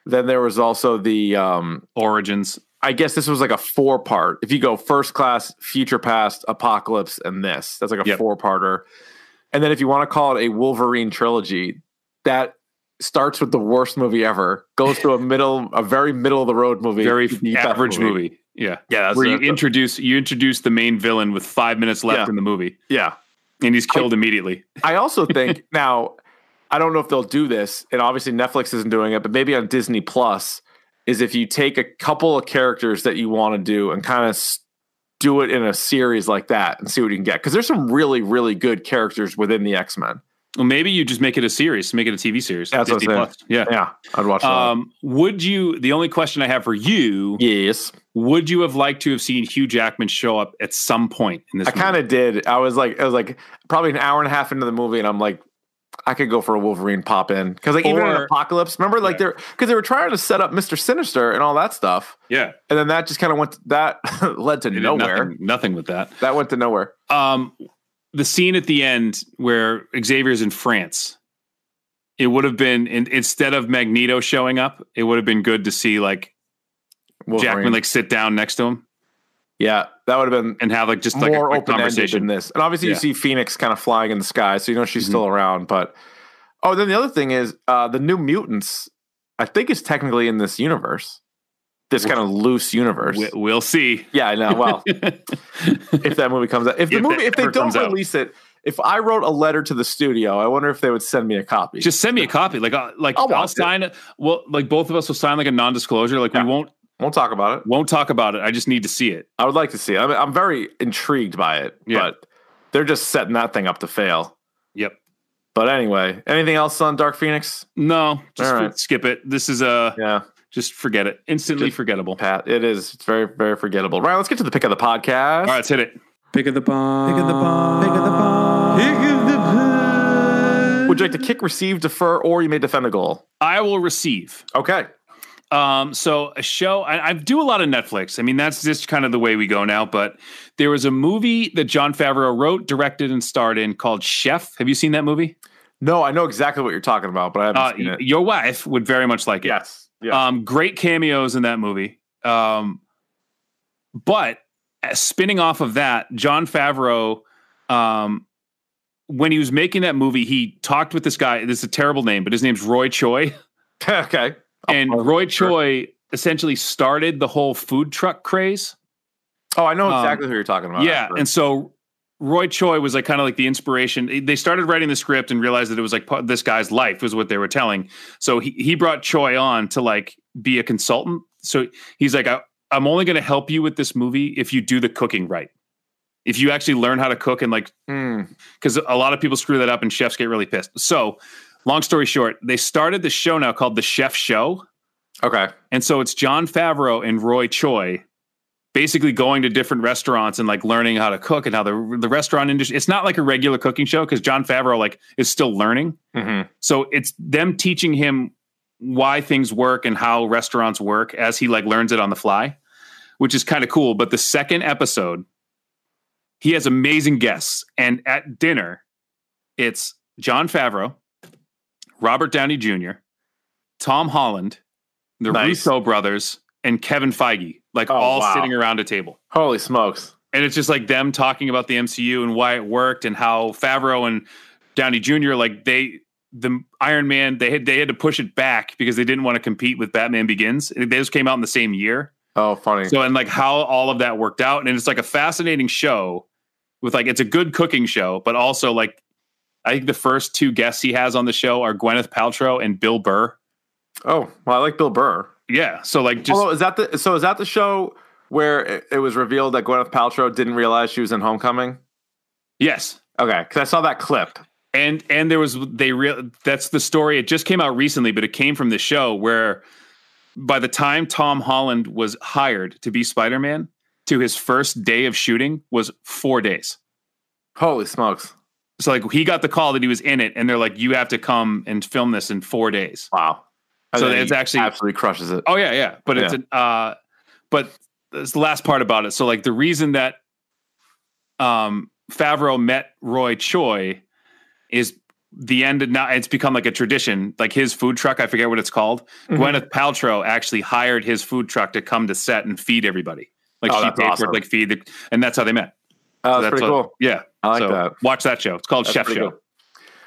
Speaker 2: then there was also the um
Speaker 3: Origins.
Speaker 2: I guess this was like a four part. If you go first class, future past, apocalypse, and this, that's like a
Speaker 3: Yep.
Speaker 2: four parter. And then if you want to call it a Wolverine trilogy, that starts with the worst movie ever, goes to a middle, a very middle of the road movie,
Speaker 3: Very
Speaker 2: to the best
Speaker 3: average movie. Yeah.
Speaker 2: Yeah, that's
Speaker 3: Where you
Speaker 2: that's-
Speaker 3: introduce you introduce the main villain with five minutes left
Speaker 2: Yeah. Oh.
Speaker 3: in the movie.
Speaker 2: yeah.
Speaker 3: And he's killed immediately.
Speaker 2: I also think now, I don't know if they'll do this, and obviously Netflix isn't doing it, but maybe on Disney Plus is if you take a couple of characters that you want to do and kind of s- do it in a series like that and see what you can get. Because there's some really, really good characters within the X Men.
Speaker 3: Well, maybe you just make it a series, make it a TV series.
Speaker 2: That's what I'm saying.
Speaker 3: Plus. Yeah.
Speaker 2: Yeah, I'd watch that.
Speaker 3: Um, would you? The only question I have for you:
Speaker 2: yes,
Speaker 3: Would you have liked to have seen Hugh Jackman show up at some point in this?
Speaker 2: I kind of did. I was like, I was like, probably an hour and a half into the movie, and I'm like. I could go for a Wolverine pop in because like even in
Speaker 3: Or-
Speaker 2: Apocalypse, remember like
Speaker 3: Right.
Speaker 2: they're because they were trying to set up Mister Sinister and all that stuff.
Speaker 3: yeah,
Speaker 2: and then that just kind of went that led to
Speaker 3: they did
Speaker 2: nowhere
Speaker 3: Nothing, nothing with that.
Speaker 2: that went to nowhere
Speaker 3: Um, the scene at the end where Xavier's in France. It would have been in, instead of Magneto showing up, it would have been good to see like Jackman
Speaker 2: Wolverine.
Speaker 3: like sit down next to him
Speaker 2: yeah that would have been
Speaker 3: and have like just like a
Speaker 2: more
Speaker 3: quick
Speaker 2: open ended than
Speaker 3: conversation.
Speaker 2: this and obviously you
Speaker 3: Yeah. Mm-hmm.
Speaker 2: see phoenix kind of flying in the sky so you know she's still around but oh then the other thing is uh the new mutants i think is technically in this universe this kind of loose universe
Speaker 3: We, we'll see.
Speaker 2: yeah i know well if that movie comes out if the
Speaker 3: If that
Speaker 2: movie if they
Speaker 3: ever
Speaker 2: don't
Speaker 3: comes out.
Speaker 2: release it if i wrote a letter to the studio i wonder if they would send me a copy
Speaker 3: Just send me a copy. Like, uh, like
Speaker 2: I'll
Speaker 3: I'll,
Speaker 2: watch it.
Speaker 3: sign it. Well, like both of us will sign like a non-disclosure. Like
Speaker 2: Yeah.
Speaker 3: we won't
Speaker 2: won't talk about it
Speaker 3: won't talk about it. I just need to see it.
Speaker 2: I would like to see. It. I mean, I'm very intrigued by it,
Speaker 3: Yeah.
Speaker 2: but they're just setting that thing up to fail.
Speaker 3: Yep.
Speaker 2: But anyway, anything else on Dark Phoenix?
Speaker 3: No, just
Speaker 2: All
Speaker 3: f-
Speaker 2: right.
Speaker 3: skip it. This is uh,
Speaker 2: Yeah,
Speaker 3: just forget it. Instantly
Speaker 2: Just-
Speaker 3: forgettable.
Speaker 2: Pat, it is. It's very, very forgettable. Ryan, let's get to the pick of the podcast.
Speaker 3: All right, let's hit it.
Speaker 5: Pick of the bomb.
Speaker 4: Pick of the bomb. Pick of the bomb.
Speaker 2: Would you like to kick, receive, defer, or you may defend a goal?
Speaker 3: I will receive.
Speaker 2: Okay.
Speaker 3: Um, so a show I, I do a lot of Netflix. I mean, that's just kind of the way we go now. But there was a movie that John Favreau wrote, directed, and starred in called Chef. Have you seen that movie?
Speaker 2: No, I know exactly what you're talking about, but I haven't
Speaker 3: Uh,
Speaker 2: seen
Speaker 3: y-
Speaker 2: it.
Speaker 3: your wife would very much like it.
Speaker 2: Yes. Yeah.
Speaker 3: Um, great cameos in that movie. Um, but uh, spinning off of that, John Favreau, um, when he was making that movie, he talked with this guy. This is a terrible name, but his name's Roy Choi.
Speaker 2: okay.
Speaker 3: And Roy
Speaker 2: Oh, sure.
Speaker 3: Choi essentially started the whole food truck craze.
Speaker 2: Oh, I know
Speaker 3: um,
Speaker 2: exactly who you're talking about.
Speaker 3: yeah. And so Roy Choi was like kind of like the inspiration. They started writing the script and realized that it was like part- this guy's life was what they were telling. So he, he brought Choi on to like be a consultant. So he's like, I, I'm only going to help you with this movie if you do the cooking right. If you actually learn how to cook and like
Speaker 2: Mm,
Speaker 3: because a lot of people screw that up and chefs get really pissed. So, long story short, they started the show now called The Chef Show.
Speaker 2: Hmm. okay.
Speaker 3: And so it's John Favreau and Roy Choi basically going to different restaurants and like learning how to cook and how the the restaurant industry it's not like a regular cooking show cuz John Favreau like is still learning.
Speaker 2: Mhm.
Speaker 3: So it's them teaching him why things work and how restaurants work as he like learns it on the fly, which is kind of cool. But the second episode, he has amazing guests, and at dinner, it's John Favreau, Robert Downey Jr., Tom Holland, the
Speaker 2: Nice.
Speaker 3: Russo brothers, and Kevin Feige, like
Speaker 2: Oh,
Speaker 3: all
Speaker 2: wow.
Speaker 3: sitting around a table
Speaker 2: Holy smokes.
Speaker 3: and it's just like them talking about the MCU and why it worked and how Favreau and Downey Jr. like they the Iron Man they had they had to push it back because they didn't want to compete with Batman Begins. They just came out in the same year,
Speaker 2: Oh, funny.
Speaker 3: so and like how all of that worked out, and it's like a fascinating show with like it's a good cooking show, but also like I think the first two guests he has on the show are Gwyneth Paltrow and Bill Burr.
Speaker 2: oh, well, I like Bill Burr.
Speaker 3: Yeah, so like just
Speaker 2: Although is that the so is that the show where it, it was revealed that Gwyneth Paltrow didn't realize she was in Homecoming?
Speaker 3: yes,
Speaker 2: Okay, because I saw that clip.
Speaker 3: and and there was they real that's the story it just came out recently but it came from the show where by the time tom holland was hired to be spider-man to his first day of shooting was four days
Speaker 2: Holy smokes!
Speaker 3: so like he got the call that he was in it and they're like you have to come and film this in four days
Speaker 2: Wow.
Speaker 3: So
Speaker 2: then
Speaker 3: it's
Speaker 2: he
Speaker 3: actually-
Speaker 2: absolutely crushes it.
Speaker 3: oh yeah yeah but it's
Speaker 2: Yeah.
Speaker 3: an uh but it's the last part about it. So like the reason that um Favreau met Roy Choi is the end of now it's become like a tradition. Like his food truck, I forget what it's called.
Speaker 2: Mm-hmm.
Speaker 3: Gwyneth Paltrow actually hired his food truck to come to set and feed everybody. Like
Speaker 2: Oh,
Speaker 3: she
Speaker 2: that's
Speaker 3: paid for
Speaker 2: awesome.
Speaker 3: it, like feed the, and that's how they met.
Speaker 2: Oh, that's,
Speaker 3: So
Speaker 2: pretty
Speaker 3: what-
Speaker 2: cool.
Speaker 3: Yeah.
Speaker 2: I like
Speaker 3: So
Speaker 2: that.
Speaker 3: Watch that show. It's called
Speaker 2: That's
Speaker 3: Chef
Speaker 2: pretty
Speaker 3: Show.
Speaker 2: cool.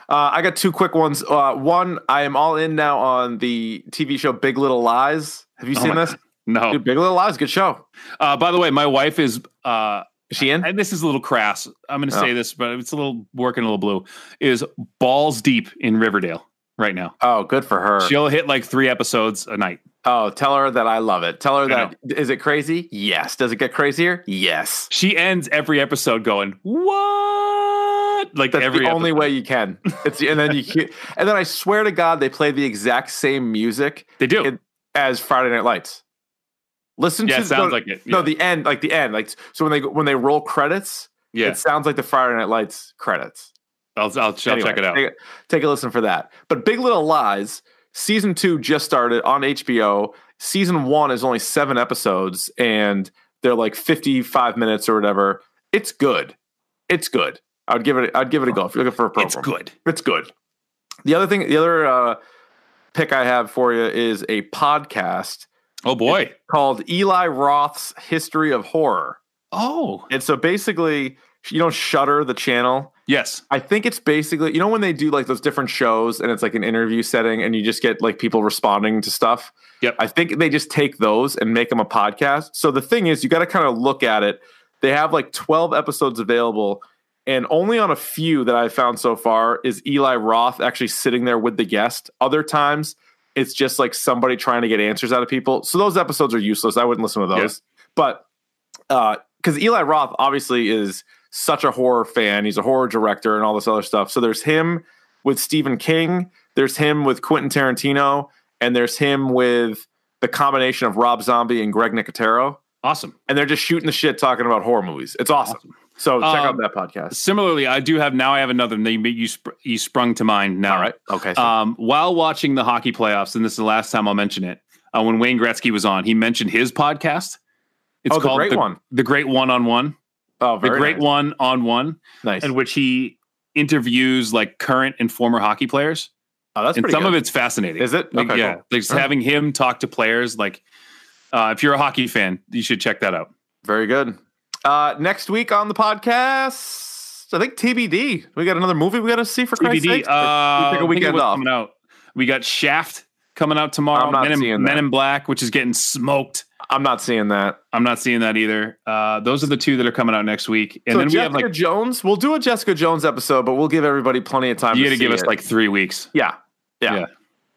Speaker 2: Uh, I got two quick ones. Uh, one, I am all in now on the TV show Big Little Lies. Have you
Speaker 3: Oh
Speaker 2: seen
Speaker 3: my
Speaker 2: this?
Speaker 3: No.
Speaker 2: Dude, Big Little Lies, good show.
Speaker 3: Uh, by the way, my wife is, uh,
Speaker 2: Is she in?
Speaker 3: and this is a little crass. I'm going to
Speaker 2: Oh.
Speaker 3: say this, but it's a little working a little blue. Is balls deep in Riverdale right now.
Speaker 2: Oh, good for her.
Speaker 3: She'll hit like three episodes a night.
Speaker 2: Oh, tell her that I love it. Tell her
Speaker 3: I
Speaker 2: that is it crazy? Yes. Does it get crazier? Yes.
Speaker 3: She ends every episode going, "What?" Like
Speaker 2: That's
Speaker 3: every
Speaker 2: the only
Speaker 3: episode.
Speaker 2: way you can. It's and then you hear- and then I swear to God they play the exact same music
Speaker 3: they do.
Speaker 2: it- as Friday Night Lights. Listen
Speaker 3: yeah,
Speaker 2: to
Speaker 3: it sounds
Speaker 2: the,
Speaker 3: like it.
Speaker 2: no
Speaker 3: Yeah.
Speaker 2: the end like the end like so when they go- when they roll credits
Speaker 3: yeah.
Speaker 2: it sounds like the Friday Night Lights credits.
Speaker 3: I'll, I'll, I'll
Speaker 2: Anyway,
Speaker 3: check it out.
Speaker 2: Take a, take a listen for that. But Big Little Lies season two just started on HBO. Season one is only seven episodes, and they're like fifty-five minutes or whatever. It's good. It's good. I would give it. I'd give it a go if you're looking for a program.
Speaker 3: It's good.
Speaker 2: It's good. The other thing, the other uh, pick I have for you is a podcast
Speaker 3: Oh boy.
Speaker 2: called Eli Roth's History of Horror.
Speaker 3: Oh
Speaker 2: And so basically, you know, Shutter the channel.
Speaker 3: yes.
Speaker 2: I think it's basically you know when they do like those different shows and it's like an interview setting and you just get like people responding to stuff.
Speaker 3: Yep.
Speaker 2: I think they just take those and make them a podcast. So the thing is you got to kind of look at it. They have like 12 episodes available and only on a few that I've found so far is Eli Roth actually sitting there with the guest. Other times it's just like somebody trying to get answers out of people. So those episodes are useless. I wouldn't listen to
Speaker 3: Yeah.
Speaker 2: those. But uh cuz Eli Roth obviously is such a horror fan. He's a horror director and all this other stuff. So there's him with Stephen King, there's him with Quentin Tarantino, and there's him with the combination of Rob Zombie and Greg Nicotero.
Speaker 3: Awesome.
Speaker 2: And they're just shooting the shit talking about horror movies. It's awesome. So check out
Speaker 3: Um,
Speaker 2: that podcast.
Speaker 3: Similarly, I do have now. I have another name that you sp- you sprung to mind now.
Speaker 2: All right. Okay. so-
Speaker 3: Um, while watching the hockey playoffs, and this is the last time I'll mention it, uh, when Wayne Gretzky was on, he mentioned his podcast. It's
Speaker 2: oh, the great one.
Speaker 3: The Great One on One.
Speaker 2: Oh,
Speaker 3: The
Speaker 2: very
Speaker 3: Great
Speaker 2: nice.
Speaker 3: One on One,
Speaker 2: Nice.
Speaker 3: in which he interviews like current and former hockey players.
Speaker 2: oh, that's
Speaker 3: and
Speaker 2: pretty
Speaker 3: some
Speaker 2: good.
Speaker 3: of it's fascinating.
Speaker 2: Is it?
Speaker 3: Like,
Speaker 2: Okay,
Speaker 3: yeah.
Speaker 2: cool.
Speaker 3: Like just
Speaker 2: All right.
Speaker 3: having him talk to players. Like, uh, if you're a hockey fan, you should check that out.
Speaker 2: Very good. Uh, next week on the podcast, I think TBD. We got another movie we got to see for Christ's
Speaker 3: TBD.
Speaker 2: sake.
Speaker 3: Uh, I
Speaker 2: took a
Speaker 3: think it
Speaker 2: weekend
Speaker 3: was
Speaker 2: off.
Speaker 3: coming out. We got Shaft coming out tomorrow.
Speaker 2: I'm not
Speaker 3: Men in-
Speaker 2: seeing
Speaker 3: Men
Speaker 2: that.
Speaker 3: in Black, which is getting smoked.
Speaker 2: I'm not seeing that.
Speaker 3: I'm not seeing that either. Uh, those are the two that are coming out next week, and
Speaker 2: so
Speaker 3: then we
Speaker 2: Jessica
Speaker 3: have like
Speaker 2: Jones. We'll do a Jessica Jones episode, but we'll give everybody plenty of time.
Speaker 3: you
Speaker 2: to
Speaker 3: got to give
Speaker 2: see
Speaker 3: us
Speaker 2: it.
Speaker 3: like three weeks
Speaker 2: yeah, yeah.
Speaker 3: Yeah.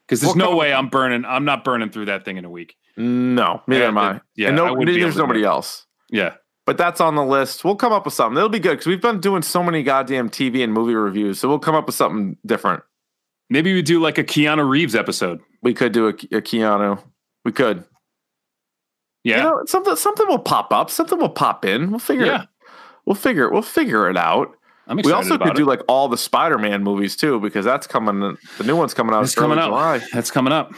Speaker 3: because there's
Speaker 2: We'll
Speaker 3: no
Speaker 2: come-
Speaker 3: way I'm burning. I'm not burning through that thing in a week.
Speaker 2: No, neither
Speaker 3: Yeah,
Speaker 2: am I.
Speaker 3: it- yeah,
Speaker 2: and no,
Speaker 3: I wouldn't be able
Speaker 2: there's
Speaker 3: to do
Speaker 2: nobody
Speaker 3: it.
Speaker 2: else.
Speaker 3: Yeah,
Speaker 2: But that's on the list. We'll come up with something. It'll be good because we've been doing so many goddamn TV and movie reviews. So we'll come up with something different.
Speaker 3: maybe we do like a Keanu Reeves episode.
Speaker 2: We could do a, a Keanu. We could.
Speaker 3: Yeah,
Speaker 2: You know, something something will pop up. Something will pop in. We'll figure
Speaker 3: Yeah.
Speaker 2: it. We'll figure it. We'll figure it out.
Speaker 3: I'm
Speaker 2: we
Speaker 3: excited
Speaker 2: also
Speaker 3: about
Speaker 2: could
Speaker 3: it.
Speaker 2: do like all the Spider-Man movies too, because that's coming. The new one's coming out.
Speaker 3: It's
Speaker 2: early
Speaker 3: coming out.
Speaker 2: July.
Speaker 3: That's coming up.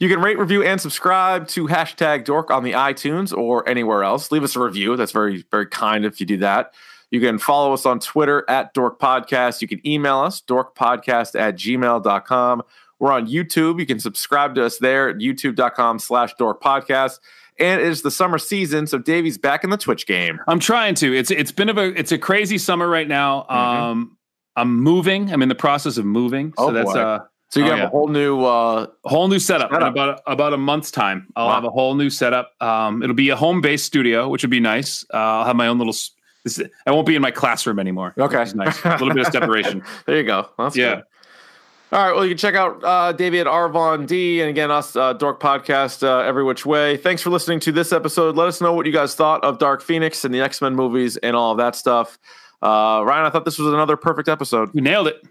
Speaker 2: You can rate, review, and subscribe to hashtag dork on the iTunes or anywhere else. Leave us a review. That's very, very kind if you do that. You can follow us on Twitter at dork podcast. You can email us dorkpodcast at gmail.com. We're on YouTube. You can subscribe to us there at youtube.com slash dork podcast. And it is the summer season, so Davey's back in the Twitch game.
Speaker 3: I'm trying to. It's it's been of a it's a crazy summer right now.
Speaker 2: Mm-hmm.
Speaker 3: Um, I'm moving. I'm in the process of moving. So
Speaker 2: Oh,
Speaker 3: that's
Speaker 2: boy.
Speaker 3: uh
Speaker 2: So you
Speaker 3: Oh,
Speaker 2: have
Speaker 3: yeah.
Speaker 2: a whole new uh
Speaker 3: whole new setup, in
Speaker 2: Setup.
Speaker 3: about about a month's time. I'll
Speaker 2: Wow.
Speaker 3: have a whole new setup. Um, it'll be a home based studio, which would be nice. Uh, I'll have my own little. s- This, I won't be in my classroom anymore.
Speaker 2: Oh, Okay.
Speaker 3: which is nice. A little bit of separation.
Speaker 2: There you go. That's
Speaker 3: Yeah.
Speaker 2: good. All right. Well, you can check out uh, Davey at Arvon D and again us uh, Dork Podcast uh, every which way. Thanks for listening to this episode. Let us know what you guys thought of Dark Phoenix and the X Men movies and all of that stuff. Uh, Ryan, I thought this was another perfect episode.
Speaker 3: We nailed it.